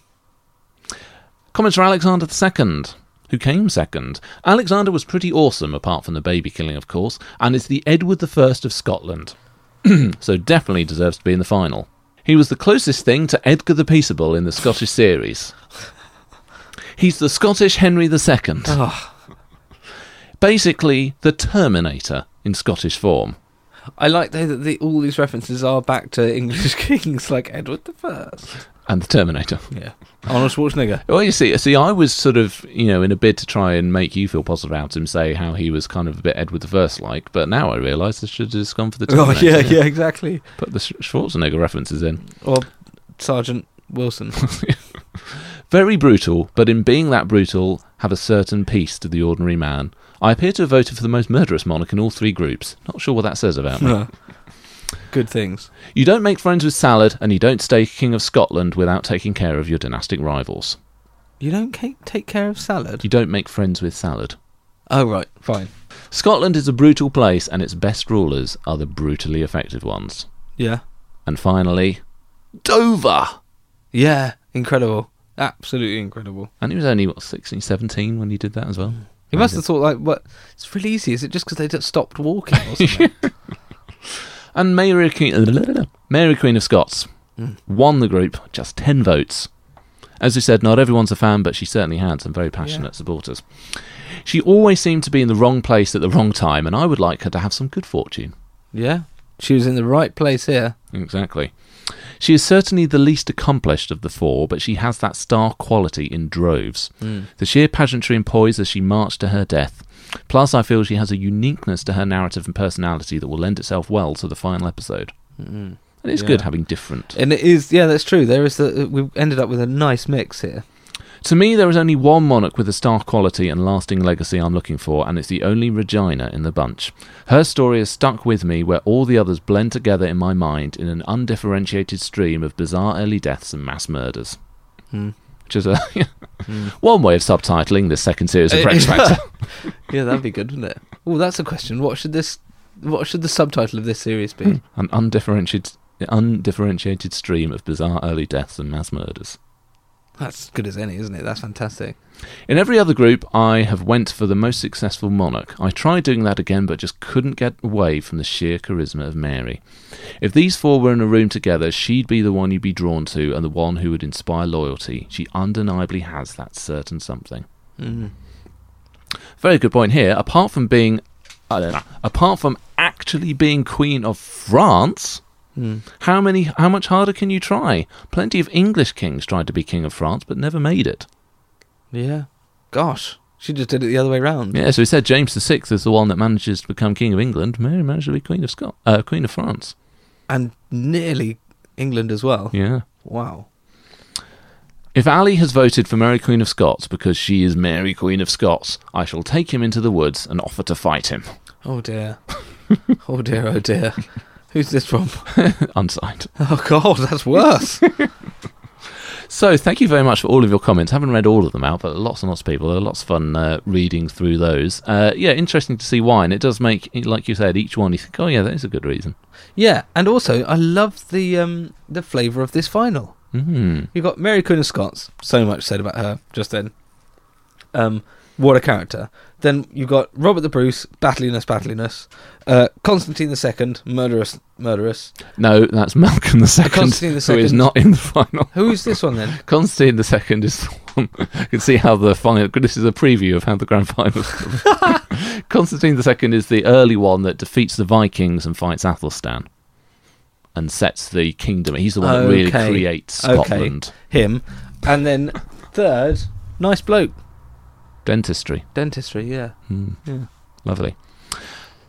Speaker 3: for Alexander II, who came second. Alexander was pretty awesome, apart from the baby killing, of course, and is the Edward I of Scotland, so definitely deserves to be in the final. He was the closest thing to Edgar the Peaceable in the Scottish series. He's the Scottish Henry II. Basically, the Terminator in Scottish form.
Speaker 5: I like though that the, all these references are back to English kings like Edward the First.
Speaker 3: And the Terminator.
Speaker 5: Yeah, Arnold Schwarzenegger.
Speaker 3: Well, you see, see, I was sort of, you know, in a bid to try and make you feel positive about him, say how he was kind of a bit Edward the First like, but now I realise I should have just gone for the
Speaker 5: Oh
Speaker 3: Terminator.
Speaker 5: yeah, yeah, exactly.
Speaker 3: Put the Sch- Schwarzenegger references in.
Speaker 5: Or Sergeant Wilson.
Speaker 3: Very brutal, but in being that brutal, have a certain peace to the ordinary man. I appear to have voted for the most murderous monarch in all three groups. Not sure what that says about me.
Speaker 5: Good things.
Speaker 3: You don't make friends with salad, and you don't stay King of Scotland without taking care of your dynastic rivals.
Speaker 5: You don't ca- take care of salad.
Speaker 3: You don't make friends with salad.
Speaker 5: Oh right, fine.
Speaker 3: Scotland is a brutal place, and its best rulers are the brutally effective ones.
Speaker 5: Yeah,
Speaker 3: And finally, Dover.
Speaker 5: yeah, Incredible. Absolutely incredible.
Speaker 3: And he was only, what, 16, 17 when he did that as well?
Speaker 5: He must have thought, like, what? It's really easy. Is it just because they just stopped walking or something?
Speaker 3: And Mary Queen, Mary Queen of Scots won the group just 10 votes. As we said, not everyone's a fan, but she certainly had some very passionate supporters. She always seemed to be in the wrong place at the wrong time, and I would like her to have some good fortune.
Speaker 5: yeah. She was in the right place here.
Speaker 3: Exactly. She is certainly the least accomplished of the four, but she has that star quality in droves. The sheer pageantry and poise as she marched to her death. Plus, I feel she has a uniqueness to her narrative and personality that will lend itself well to the final episode. And it's good having different.
Speaker 5: And it is, yeah, that's true. There is the, we ended up with a nice mix here.
Speaker 3: to me, there is only one monarch with the star quality and lasting legacy I'm looking for, and it's the only Regina in the bunch. Her story has stuck with me where all the others blend together in my mind in an undifferentiated stream of bizarre early deaths and mass murders. Which is a one way of subtitling this second series
Speaker 5: Eh,
Speaker 3: of Rex Factor.
Speaker 5: Uh, yeah, that'd be good, wouldn't it? Oh, that's a question. What should this? What should the subtitle of this series be?
Speaker 3: an undifferentiated, undifferentiated stream of bizarre early deaths and mass murders.
Speaker 5: That's good as any, isn't it? That's fantastic.
Speaker 3: In every other group, I have went for the most successful monarch. I tried doing that again, but just couldn't get away from the sheer charisma of Mary. If these four were in a room together, she'd be the one you'd be drawn to and the one who would inspire loyalty. She undeniably has that certain something. Very good point here. Apart from being, I don't know, apart from actually being queen of France, how many, how much harder can you try? Plenty of English kings tried to be king of France, but never made it.
Speaker 5: Yeah. Gosh, she just did it the other way round.
Speaker 3: Yeah, so we said James VI is the one that manages to become King of England. Mary managed to be Queen of Scot- uh, Queen of France.
Speaker 5: and nearly England as well.
Speaker 3: Yeah.
Speaker 5: Wow.
Speaker 3: If Ali has voted for Mary Queen of Scots because she is Mary Queen of Scots, I shall take him into the woods and offer to fight him.
Speaker 5: Oh dear. oh dear. Oh dear. Who's this from?
Speaker 3: Unsigned.
Speaker 5: Oh god, that's worse.
Speaker 3: So thank you very much for all of your comments. haven't read all of them out, but lots and lots of people. There are lots of fun uh, reading through those. Uh, yeah, interesting to see why, and it does make, like you said, each one you think, oh yeah, that is a good reason.
Speaker 5: yeah, and also I love the um the flavour of this final.
Speaker 3: Mm.
Speaker 5: You've got Mary Queen of Scots. So much said about her just then. Um, what a character. Then you've got Robert the Bruce, battliness, battliness. Uh, Constantine the Second, murderous, murderous.
Speaker 3: No, that's Malcolm the Second,
Speaker 5: Constantine
Speaker 3: who
Speaker 5: the
Speaker 3: is
Speaker 5: Second.
Speaker 3: not in the final.
Speaker 5: Who's this one then?
Speaker 3: Constantine II is the one. You can see how the final. This is a preview of how the grand final. Constantine II is the early one that defeats the Vikings and fights Athelstan, and sets the kingdom. He's the one that really
Speaker 5: Okay.
Speaker 3: creates
Speaker 5: Okay.
Speaker 3: Scotland
Speaker 5: Him. And then third, nice bloke,
Speaker 3: dentistry.
Speaker 5: dentistry. Yeah.
Speaker 3: Lovely.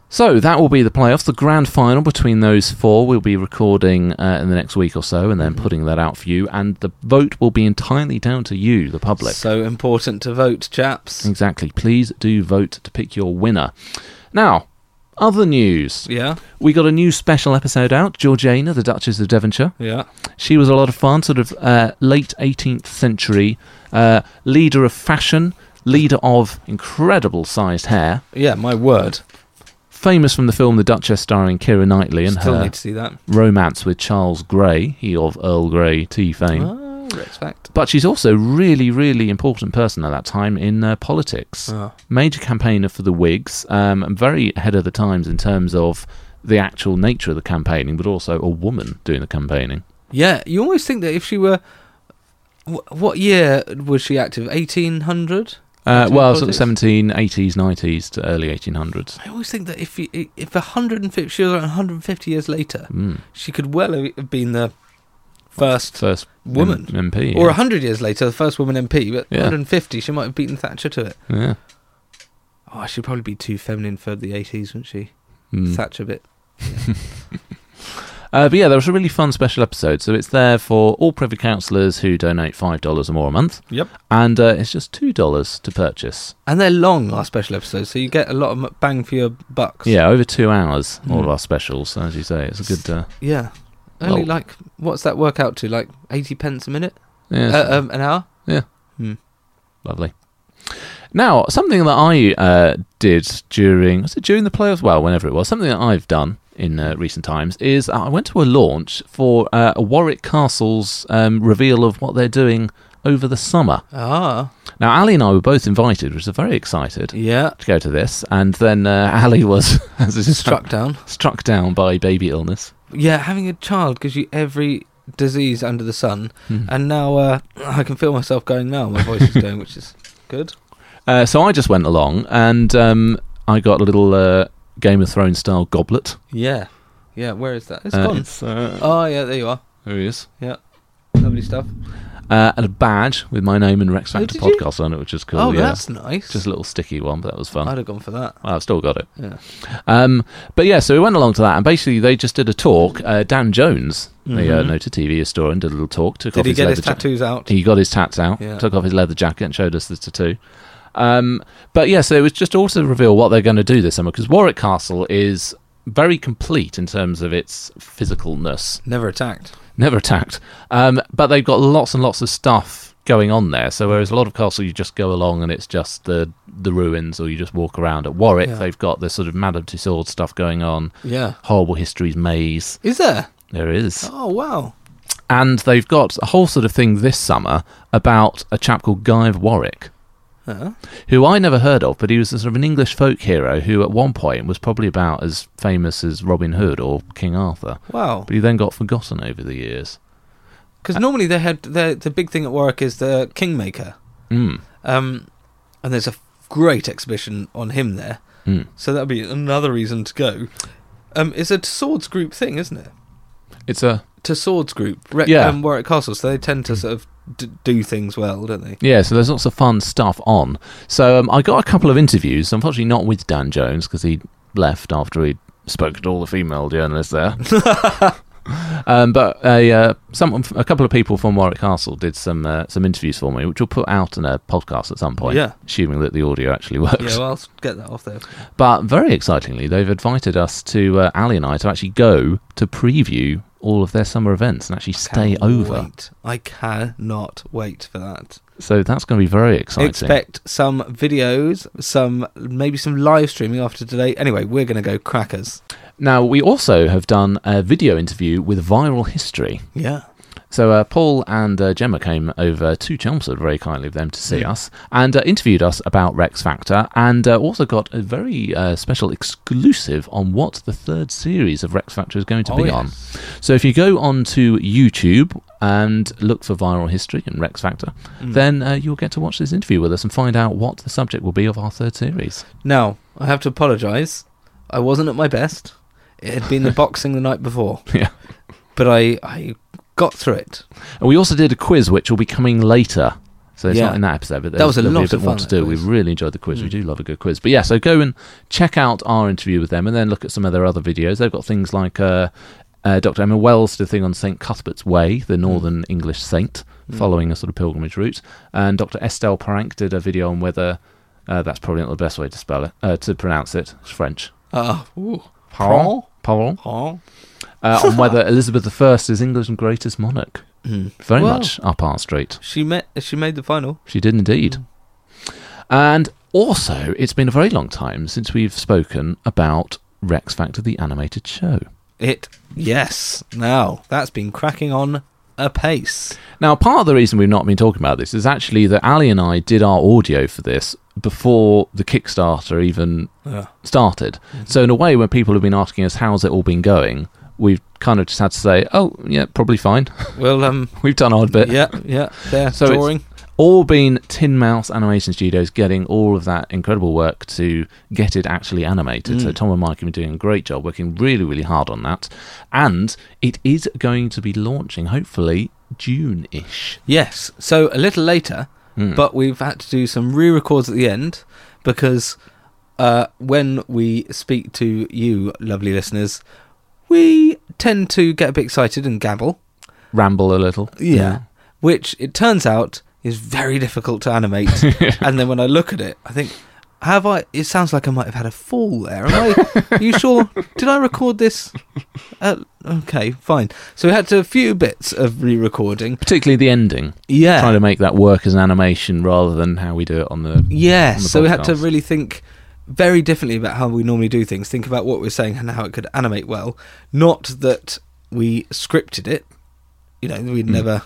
Speaker 3: So that will be the playoffs, the grand final between those four. We'll be recording uh, in the next week or so, and then
Speaker 5: Mm-hmm.
Speaker 3: putting that out for you. And the vote will be entirely down to you, the public.
Speaker 5: So important to vote, chaps.
Speaker 3: Exactly. Please do vote to pick your winner. Now, other news.
Speaker 5: Yeah.
Speaker 3: We got a new special episode out Georgiana, the Duchess of Devonshire.
Speaker 5: Yeah.
Speaker 3: She was a lot of fun, sort of uh, late 18th century uh, leader of fashion, leader of incredible sized hair.
Speaker 5: Yeah. My word.
Speaker 3: Famous from the film The Duchess, starring Kira Knightley and
Speaker 5: Still
Speaker 3: her
Speaker 5: need to see that.
Speaker 3: romance with Charles Grey, he of Earl Grey tea fame.
Speaker 5: Oh, Rex fact.
Speaker 3: But she's also really, really important person at that time in uh, politics.
Speaker 5: Ah.
Speaker 3: Major campaigner for the Whigs, um, and very ahead of the times in terms of the actual nature of the campaigning, but also a woman doing the campaigning.
Speaker 5: Yeah. You always think that if she were, wh- what year was she active? Eighteen hundred.
Speaker 3: Uh,
Speaker 5: Doing
Speaker 3: well, sort of
Speaker 5: politics?
Speaker 3: 1780s, 90s to early 1800s.
Speaker 5: I always think that if you, if 150 she was around 150 years later,
Speaker 3: Hmm,
Speaker 5: she could well have e, been the first
Speaker 3: First
Speaker 5: woman
Speaker 3: M- MP.
Speaker 5: or
Speaker 3: yeah.
Speaker 5: 100 years later the first woman MP, but
Speaker 3: Yeah.
Speaker 5: 150 she might have beaten Thatcher to it.
Speaker 3: Yeah.
Speaker 5: Oh, she'd probably be too feminine for the 80s, wouldn't she?
Speaker 3: Mm.
Speaker 5: Thatcher bit.
Speaker 3: Uh, but yeah, there was a really fun special episode. So it's there for all privy councillors who donate $5 or more a month.
Speaker 5: Yep.
Speaker 3: And uh, it's just $2 to purchase.
Speaker 5: And they're long our special episodes, so you get a lot of m- bang for your bucks.
Speaker 3: Yeah, over two hours,
Speaker 5: Hmm.
Speaker 3: all of our specials. As you say, it's a good. Uh,
Speaker 5: Yeah. Only
Speaker 3: Oh.
Speaker 5: like what's that work out to? Like 80 pence a minute?
Speaker 3: yeah,
Speaker 5: Uh, um, an hour?
Speaker 3: Yeah.
Speaker 5: Hmm.
Speaker 3: Lovely. Now, something that I uh, did during was it during the playoffs? Well, whenever it was, something that I've done in uh, recent times is I went to a launch for uh, Warwick Castle's um, reveal of what they're doing over the summer.
Speaker 5: Ah,
Speaker 3: Now, Ali and I were both invited, which is very excited
Speaker 5: yeah.
Speaker 3: to go to this, and then uh, Ali was as it is
Speaker 5: Struck down.
Speaker 3: struck down by baby illness.
Speaker 5: Yeah, having a child gives you every disease under the sun, and now uh, I can feel myself going now. My voice is going, which is good.
Speaker 3: Uh, so I just went along and um, I got a little uh, Game of Thrones style goblet.
Speaker 5: Yeah, yeah. Where is that? It's
Speaker 3: Uh,
Speaker 5: gone.
Speaker 3: it's, uh,
Speaker 5: Oh yeah, there you are.
Speaker 3: there he is.
Speaker 5: Yeah, lovely stuff.
Speaker 3: Uh, and a badge with my name and Rex
Speaker 5: Oh,
Speaker 3: Factor
Speaker 5: did you?
Speaker 3: podcast on it, which is cool.
Speaker 5: oh,
Speaker 3: yeah.
Speaker 5: that's nice.
Speaker 3: just a little sticky one, but that was fun.
Speaker 5: I'd have gone for that.
Speaker 3: Well, I've still got it.
Speaker 5: Yeah.
Speaker 3: Um, but yeah, so we went along to that, and basically they just did a talk. Uh, Dan Jones, the uh, noted TV historian, did a little talk. Took off
Speaker 5: Mm-hmm. Did he
Speaker 3: his
Speaker 5: get
Speaker 3: leather
Speaker 5: his
Speaker 3: ja-
Speaker 5: tattoos out?
Speaker 3: He got his tats out,
Speaker 5: Yeah.
Speaker 3: took off his leather jacket, and showed us the tattoo. Um, but yeah, so it was just also reveal what they're going to do this summer because Warwick Castle is very complete in terms of its physicalness.
Speaker 5: Never attacked.
Speaker 3: Never attacked, um, but they've got lots and lots of stuff going on there. So whereas a lot of castle, you just go along and it's just the the ruins, or you just walk around. At Warwick,
Speaker 5: Yeah.
Speaker 3: they've got the sort of Madame Tussauds stuff going on.
Speaker 5: Yeah.
Speaker 3: Horrible Histories Maze.
Speaker 5: Is there?
Speaker 3: There is.
Speaker 5: Oh wow.
Speaker 3: And they've got a whole sort of thing this summer about a chap called Guy of Warwick,
Speaker 5: Huh?
Speaker 3: who I never heard of, but he was a sort of an English folk hero who at one point was probably about as famous as Robin Hood or King Arthur.
Speaker 5: Wow.
Speaker 3: But he then got forgotten over the years.
Speaker 5: Because normally they had the the big thing at Warwick is the Kingmaker,
Speaker 3: Mm.
Speaker 5: um, and there's a great exhibition on him there.
Speaker 3: Mm.
Speaker 5: So that'd be another reason to go. Um, it's a swords group thing, isn't it?
Speaker 3: It's a
Speaker 5: To swords group, Rec-
Speaker 3: Yeah. Hmm.
Speaker 5: um, Warwick Castle. So they tend to sort of d- do things well, don't they?
Speaker 3: Yeah, so there's lots of fun stuff on. So um, I got a couple of interviews, unfortunately not with Dan Jones because he left after he spoke to all the female journalists there. um, but a uh, someone, a couple of people from Warwick Castle did some uh, some interviews for me, which we'll put out in a podcast at some point.
Speaker 5: Yeah.
Speaker 3: assuming that the audio actually works.
Speaker 5: Yeah, well, I'll s- get that off there.
Speaker 3: But very excitingly, they've invited us to uh, Ali and I to actually go to preview all of their summer events and actually stay
Speaker 5: Can't
Speaker 3: over.
Speaker 5: wait. I cannot wait for that.
Speaker 3: So that's going to be very exciting.
Speaker 5: Expect some videos, some maybe some live streaming after today. Anyway, we're going to go crackers.
Speaker 3: Now, we also have done a video interview with Viral History.
Speaker 5: Yeah.
Speaker 3: So, uh, Paul and uh, Gemma came over to Chelmsford very kindly of them to see us and uh, interviewed us about Rex Factor and uh, also got a very uh, special exclusive on what the third series of Rex Factor is going to
Speaker 5: Oh,
Speaker 3: be
Speaker 5: yes.
Speaker 3: on. So, if you go onto YouTube and look for Viral History and Rex Factor,
Speaker 5: Mm.
Speaker 3: then uh, you'll get to watch this interview with us and find out what the subject will be of our third series.
Speaker 5: Now, I have to apologise. I wasn't at my best. It had been the boxing the night before,
Speaker 3: yeah.
Speaker 5: but I, I got through it.
Speaker 3: And we also did a quiz, which will be coming later. So it's
Speaker 5: Yeah.
Speaker 3: not in that episode, but
Speaker 5: That
Speaker 3: there's-
Speaker 5: was Mm. a
Speaker 3: there'll be
Speaker 5: lot
Speaker 3: bit
Speaker 5: of
Speaker 3: more
Speaker 5: fun,
Speaker 3: to
Speaker 5: that
Speaker 3: do. We
Speaker 5: quiz.
Speaker 3: really enjoyed the quiz. We do love a good quiz. But yeah, so go and check out our interview with them, and then look at some of their other videos. They've got things like uh, uh, Dr. Emma Wells did a thing on St Cuthbert's Way,
Speaker 5: Mm.
Speaker 3: the Northern English saint, following a sort of pilgrimage route, and Dr. Estelle Parank did a video on whether uh, that's probably not the best way to spell it uh, to pronounce it. It's French.
Speaker 5: Ah,
Speaker 3: Parank. Parank.
Speaker 5: oh.
Speaker 3: Uh, on whether Elizabeth I is England's greatest monarch. Very
Speaker 5: Mm. Well-
Speaker 3: much up our street.
Speaker 5: She met. She made the final.
Speaker 3: She did indeed. And also, it's been a very long time since we've spoken about Rex Factor, the animated show.
Speaker 5: It. Yes. Now that's been cracking on apace.
Speaker 3: Now, part of the reason we've not been talking about this is actually that Ali and I did our audio for this before the Kickstarter even
Speaker 5: Uh,
Speaker 3: started. So, in a way, when people have been asking us, how's it all been going? We've kind of just had to say, oh, yeah, probably fine.
Speaker 5: Well, um,
Speaker 3: we've done our bit.
Speaker 5: yeah, yeah. There,
Speaker 3: So it's-
Speaker 5: drawing.
Speaker 3: all been Tin Mouse Animation Studios getting all of that incredible work to get it actually animated. So Tom and Mike have been doing a great job, working really, really hard on that. And it is going to be launching, hopefully, June ish.
Speaker 5: Yes. So a little later, but we've had to do some re-records at the end because uh, when we speak to you, lovely listeners, we tend to get a bit excited and gabble.
Speaker 3: Ramble a little.
Speaker 5: Which it turns out is very difficult to animate. and then when I look at it, I think, Have I? It sounds like I might have had a fall there. Am I? are you sure? Did I record this? Uh, okay, fine. So we had to a few bits of re-recording.
Speaker 3: Particularly the ending.
Speaker 5: Yeah.
Speaker 3: Trying to make that work as an animation rather than how we do it on the.
Speaker 5: Yeah,
Speaker 3: on the
Speaker 5: so we had to
Speaker 3: podcast.
Speaker 5: really think very differently about how we normally do things. Think about what we're saying and how it could animate well. Not that we scripted it. You know, we'd never,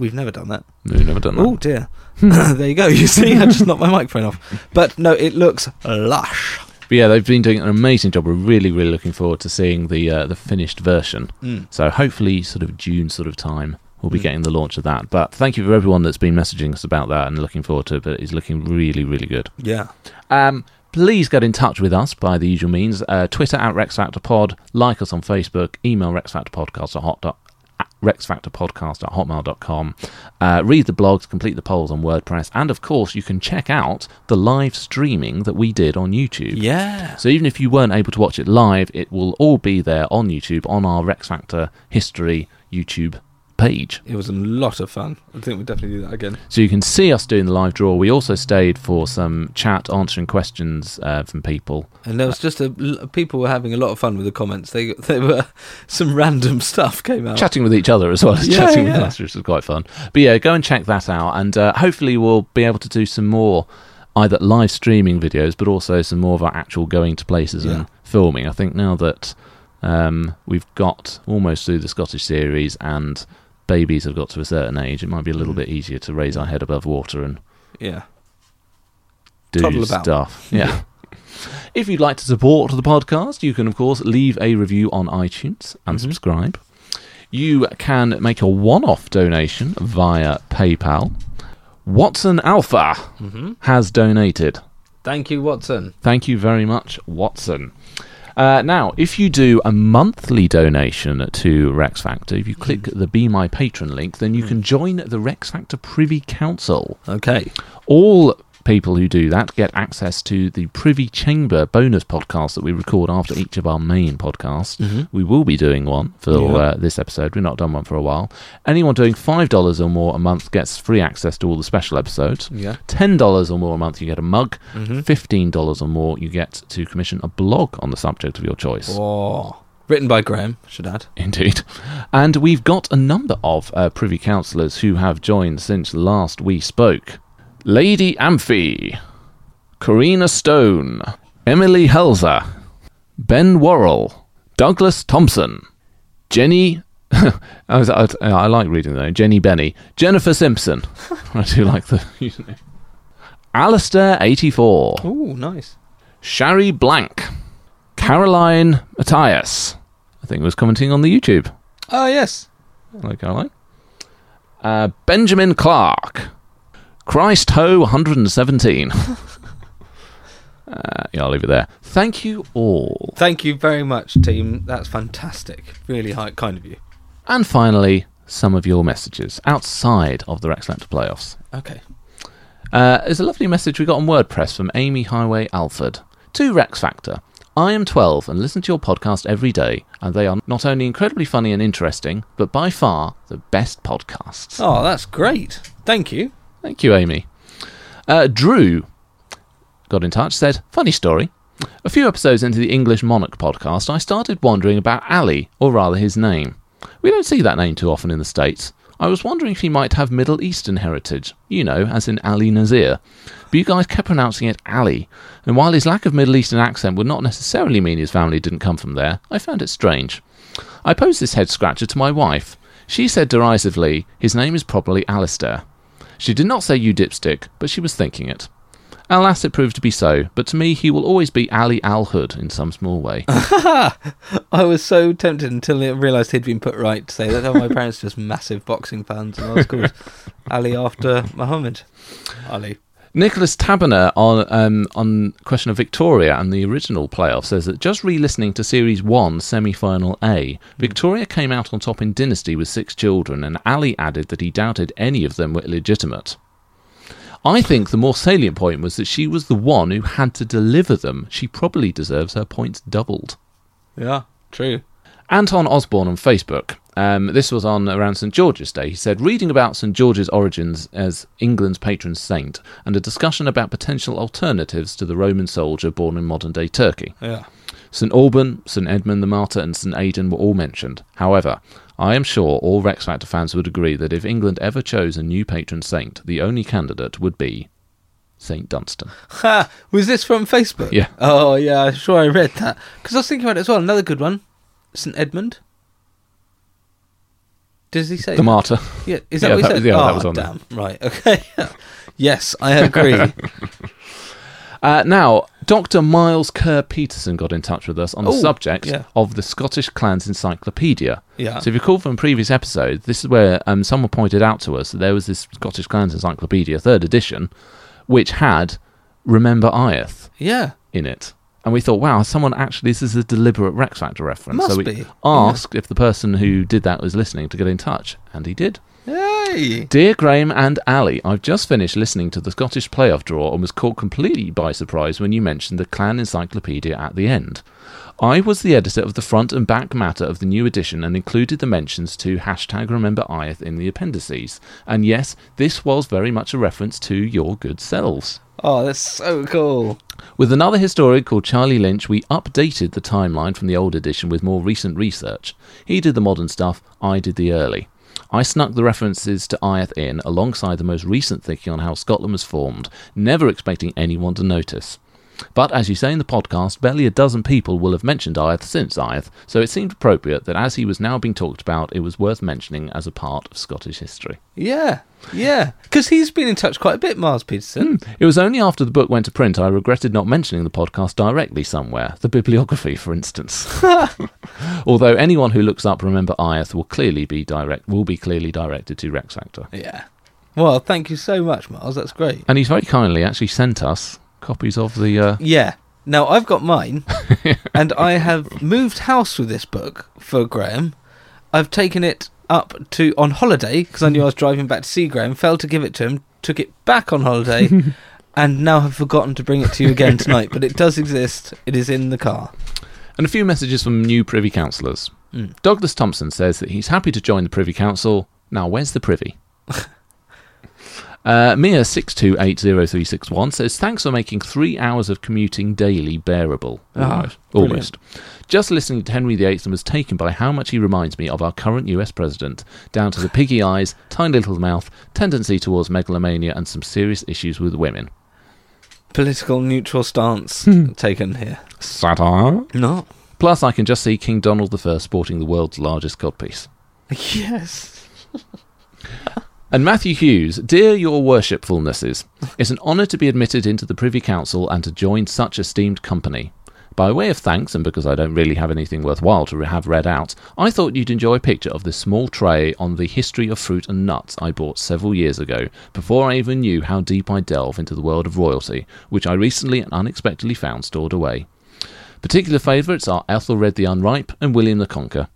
Speaker 5: we've never done that.
Speaker 3: We've never done that.
Speaker 5: Oh dear! there you go. You see, I just knocked my microphone off. But no, it looks lush.
Speaker 3: But yeah, they've been doing an amazing job. We're really, really looking forward to seeing the uh, the finished version. So hopefully, sort of June sort of time, we'll be getting the launch of that. But thank you for everyone that's been messaging us about that and looking forward to it. But it's looking really, really good.
Speaker 5: Yeah.
Speaker 3: Um, please get in touch with us by the usual means: uh, Twitter at Rex Factor Pod, like us on Facebook, email rexfactorpodcast at hot dot. at RexFactorPodcast at hotmail.com. Uh, read the blogs, complete the polls on WordPress, and of course, you can check out the live streaming that we did on YouTube.
Speaker 5: Yeah.
Speaker 3: So even if you weren't able to watch it live, it will all be there on YouTube on our Rex Factor History YouTube page.
Speaker 5: It was a lot of fun. I think we'll definitely do that again.
Speaker 3: So you can see us doing the live draw. We also stayed for some chat, answering questions uh, from people.
Speaker 5: And there was just a l- people were having a lot of fun with the comments. They they were some random stuff came out.
Speaker 3: Chatting with each other as well as
Speaker 5: Yeah,
Speaker 3: chatting with
Speaker 5: yeah.
Speaker 3: us, which was quite fun. But yeah, go and check that out, and uh, hopefully we'll be able to do some more either live streaming videos, but also some more of our actual going to places
Speaker 5: Yeah.
Speaker 3: and filming. I think now that um, we've got almost through the Scottish series and babies have got to a certain age, it might be a
Speaker 5: Mm.
Speaker 3: little bit easier to raise our head above water and
Speaker 5: Yeah.
Speaker 3: do
Speaker 5: Toddle about.
Speaker 3: stuff. Yeah. if you'd like to support the podcast, you can, of course, leave a review on iTunes
Speaker 5: Mm-hmm.
Speaker 3: and subscribe. You can make a one off donation via PayPal. Watson Alpha
Speaker 5: Mm-hmm.
Speaker 3: has donated.
Speaker 5: Thank you, Watson.
Speaker 3: Thank you very much, Watson. Uh, now, if you do a monthly donation to Rex Factor, if you click
Speaker 5: Mm-hmm.
Speaker 3: the Be My Patron link, then you can join the Rex Factor Privy Council.
Speaker 5: Okay.
Speaker 3: All people who do that get access to the Privy Chamber bonus podcast that we record after each of our main podcasts. We will be doing one for uh, this episode. We've not done one for a while. Anyone doing $5 or more a month gets free access to all the special episodes.
Speaker 5: Yeah.
Speaker 3: $10 or more a month, you get a mug. $15 or more, you get to commission a blog on the subject of your choice.
Speaker 5: Oh. Written by Graham, should add.
Speaker 3: Indeed. And we've got a number of uh, privy councillors who have joined since last we spoke Lady Amphi, Corina Stone, Emily Helzer, Ben Worrell, Douglas Thompson, Jenny. I, was, I, I like reading though. Jenny Benny, Jennifer Simpson. I do like the username. Alistair eighty four.
Speaker 5: Oh, nice.
Speaker 3: Shari Blank, Caroline Matthias. I think was commenting on the YouTube.
Speaker 5: Oh yes.
Speaker 3: Hello, Caroline. Uh, Benjamin Clark, Christ Ho 117. uh, yeah, I'll leave it there. Thank you all.
Speaker 5: Thank you very much, team. That's fantastic. Really hi- kind of you.
Speaker 3: And finally, some of your messages outside of the Rex Laptop playoffs.
Speaker 5: Okay.
Speaker 3: Uh, there's a lovely message we got on WordPress from Amy Highway Alford. To Rex Factor, I am 12 and listen to your podcast every day, and they are not only incredibly funny and interesting, but by far the best podcasts.
Speaker 5: Oh, that's great. Thank you.
Speaker 3: Thank you, Amy. Uh, Drew got in touch, said, Funny story. A few episodes into the English Monarch podcast, I started wondering about Ali, or rather his name. We don't see that name too often in the States. I was wondering if he might have Middle Eastern heritage, you know, as in Ali Nazir. But you guys kept pronouncing it Ali, and while his lack of Middle Eastern accent would not necessarily mean his family didn't come from there, I found it strange. I posed this head scratcher to my wife. She said derisively, his name is probably Alistair. She did not say you dipstick, but she was thinking it. Alas, it proved to be so, but to me, he will always be Ali Al Hood in some small way.
Speaker 5: I was so tempted until I realised he'd been put right to say that oh, my parents are just massive boxing fans and I was called Ali after Muhammad. Ali.
Speaker 3: Nicholas Taberner on um, on question of Victoria and the original playoff says that just re-listening to Series One semi-final A, Victoria came out on top in Dynasty with six children, and Ali added that he doubted any of them were illegitimate. I think the more salient point was that she was the one who had to deliver them. She probably deserves her points doubled.
Speaker 5: Yeah, true.
Speaker 3: Anton Osborne on Facebook. Um, this was on around St George's Day. He said, reading about St George's origins as England's patron saint and a discussion about potential alternatives to the Roman soldier born in modern day Turkey.
Speaker 5: Yeah.
Speaker 3: St Alban, St Edmund the Martyr, and St Aidan were all mentioned. However, I am sure all Rex Factor fans would agree that if England ever chose a new patron saint, the only candidate would be St Dunstan.
Speaker 5: Ha! Was this from Facebook?
Speaker 3: Yeah.
Speaker 5: Oh, yeah, I'm sure I read that. Because I was thinking about it as well. Another good one St. Edmund. Does he say
Speaker 3: The martyr.
Speaker 5: Yeah, is that
Speaker 3: Yeah,
Speaker 5: what he
Speaker 3: that-
Speaker 5: said?
Speaker 3: yeah,
Speaker 5: oh,
Speaker 3: that was on there.
Speaker 5: damn. Right, okay. yes, I agree.
Speaker 3: Uh, now, Dr. Miles Kerr Peterson got in touch with us on the
Speaker 5: Oh,
Speaker 3: subject
Speaker 5: yeah.
Speaker 3: of the Scottish Clans Encyclopedia.
Speaker 5: Yeah.
Speaker 3: So, if you recall from a previous episode, this is where um, someone pointed out to us that there was this Scottish Clans Encyclopedia, third edition, which had Remember Ieth
Speaker 5: yeah.
Speaker 3: in it. And we thought, wow, someone actually, this is a deliberate Rex Factor reference. so
Speaker 5: Must
Speaker 3: we
Speaker 5: be, yeah.
Speaker 3: asked if the person who did that was listening to get in touch, and he did.
Speaker 5: Hey.
Speaker 3: Dear Graham and Ali, I've just finished listening to the Scottish playoff draw and was caught completely by surprise when you mentioned the Clan Encyclopedia at the end. I was the editor of the front and back matter of the new edition and included the mentions to hashtag remember Ieth in the appendices. And yes, this was very much a reference to your good selves.
Speaker 5: Oh, that's so cool.
Speaker 3: With another historian called Charlie Lynch, we updated the timeline from the old edition with more recent research. He did the modern stuff, I did the early. I snuck the references to Iath in alongside the most recent thinking on how Scotland was formed, never expecting anyone to notice. But as you say in the podcast, barely a dozen people will have mentioned Iath since Iath, so it seemed appropriate that as he was now being talked about, it was worth mentioning as a part of Scottish history.
Speaker 5: Yeah, yeah. Because he's been in touch quite a bit, Mars Peterson.
Speaker 3: It was only after the book went to print I regretted not mentioning the podcast directly somewhere, the bibliography, for instance. Although anyone who looks up Remember Iath will clearly be direct will be clearly directed to Rex Factor.
Speaker 5: Yeah. Well, thank you so much, Mars. That's great.
Speaker 3: And he's very kindly actually sent us copies of the. Uh,
Speaker 5: Yeah. Now I've got mine, and I have moved house with this book for Graham. I've taken it up to on holiday because I knew I was driving back to see Graham. Failed to give it to him. Took it back on holiday, and now have forgotten to bring it to you again tonight. But it does exist. It is in the car.
Speaker 3: and a few messages from new Privy Councillors. Douglas Thompson says that he's happy to join the Privy Council. Now, where's the Privy? Uh, Mia6280361 says, Thanks for making three hours of commuting daily bearable. Almost. Almost. Just listening to Henry VIII and was taken by how much he reminds me of our current US president, down to the piggy eyes, tiny little mouth, tendency towards megalomania, and some serious issues with women.
Speaker 5: Political neutral stance taken here.
Speaker 3: Satire?
Speaker 5: Not.
Speaker 3: Plus, I can just see King Donald I sporting the world's largest codpiece.
Speaker 5: Yes.
Speaker 3: And Matthew Hughes, dear your worshipfulnesses, it's an honour to be admitted into the Privy Council and to join such esteemed company. By way of thanks, and because I don't really have anything worthwhile to have read out, I thought you'd enjoy a picture of this small tray on the history of fruit and nuts I bought several years ago, before I even knew how deep I delve into the world of royalty, which I recently and unexpectedly found stored away. Particular favourites are Ethelred the Unripe and William the Conqueror.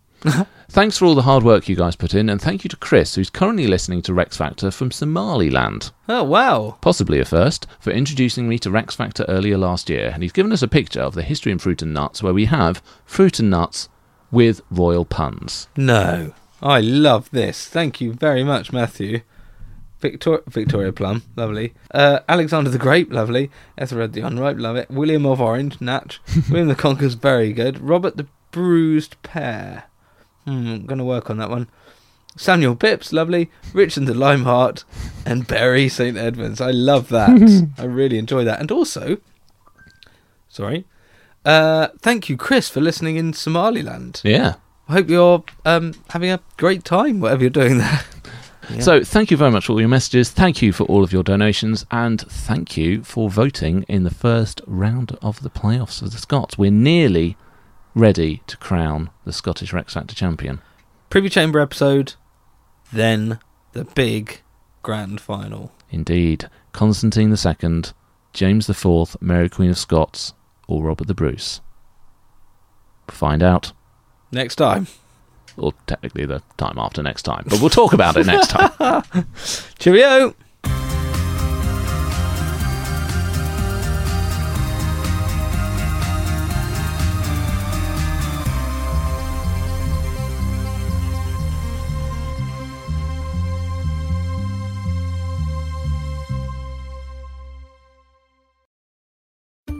Speaker 3: Thanks for all the hard work you guys put in, and thank you to Chris, who's currently listening to Rex Factor from Somaliland,
Speaker 5: Oh wow.
Speaker 3: possibly a first, for introducing me to Rex Factor earlier last year. And he's given us a picture of the history in Fruit and Nuts where we have fruit and nuts with royal puns.
Speaker 5: No. I love this. Thank you very much, Matthew. Victor- Victoria Plum, lovely. Uh, Alexander the Great, lovely. Ethelred the Unripe, love it. William of Orange, Natch. William the Conqueror's very good. Robert the Bruised Pear. Hmm, I'm going to work on that one. Samuel Pipps, lovely. Richard the Limeheart. And Barry St. Edmunds. I love that. I really enjoy that. And also, sorry, uh, thank you, Chris, for listening in Somaliland.
Speaker 3: Yeah.
Speaker 5: I hope you're um, having a great time, whatever you're doing there.
Speaker 3: So thank you very much for all your messages. Thank you for all of your donations, and thank you for voting in the first round of the playoffs for the Scots. We're nearly ready to crown the Scottish Rex Factor champion.
Speaker 5: Privy Chamber episode, then the big grand final.
Speaker 3: Indeed, Constantine II, James IV, Mary Queen of Scots, or Robert the Bruce. Find out,
Speaker 5: Next time.
Speaker 3: or technically the time after next time, but we'll talk about it next time.
Speaker 5: Cheerio!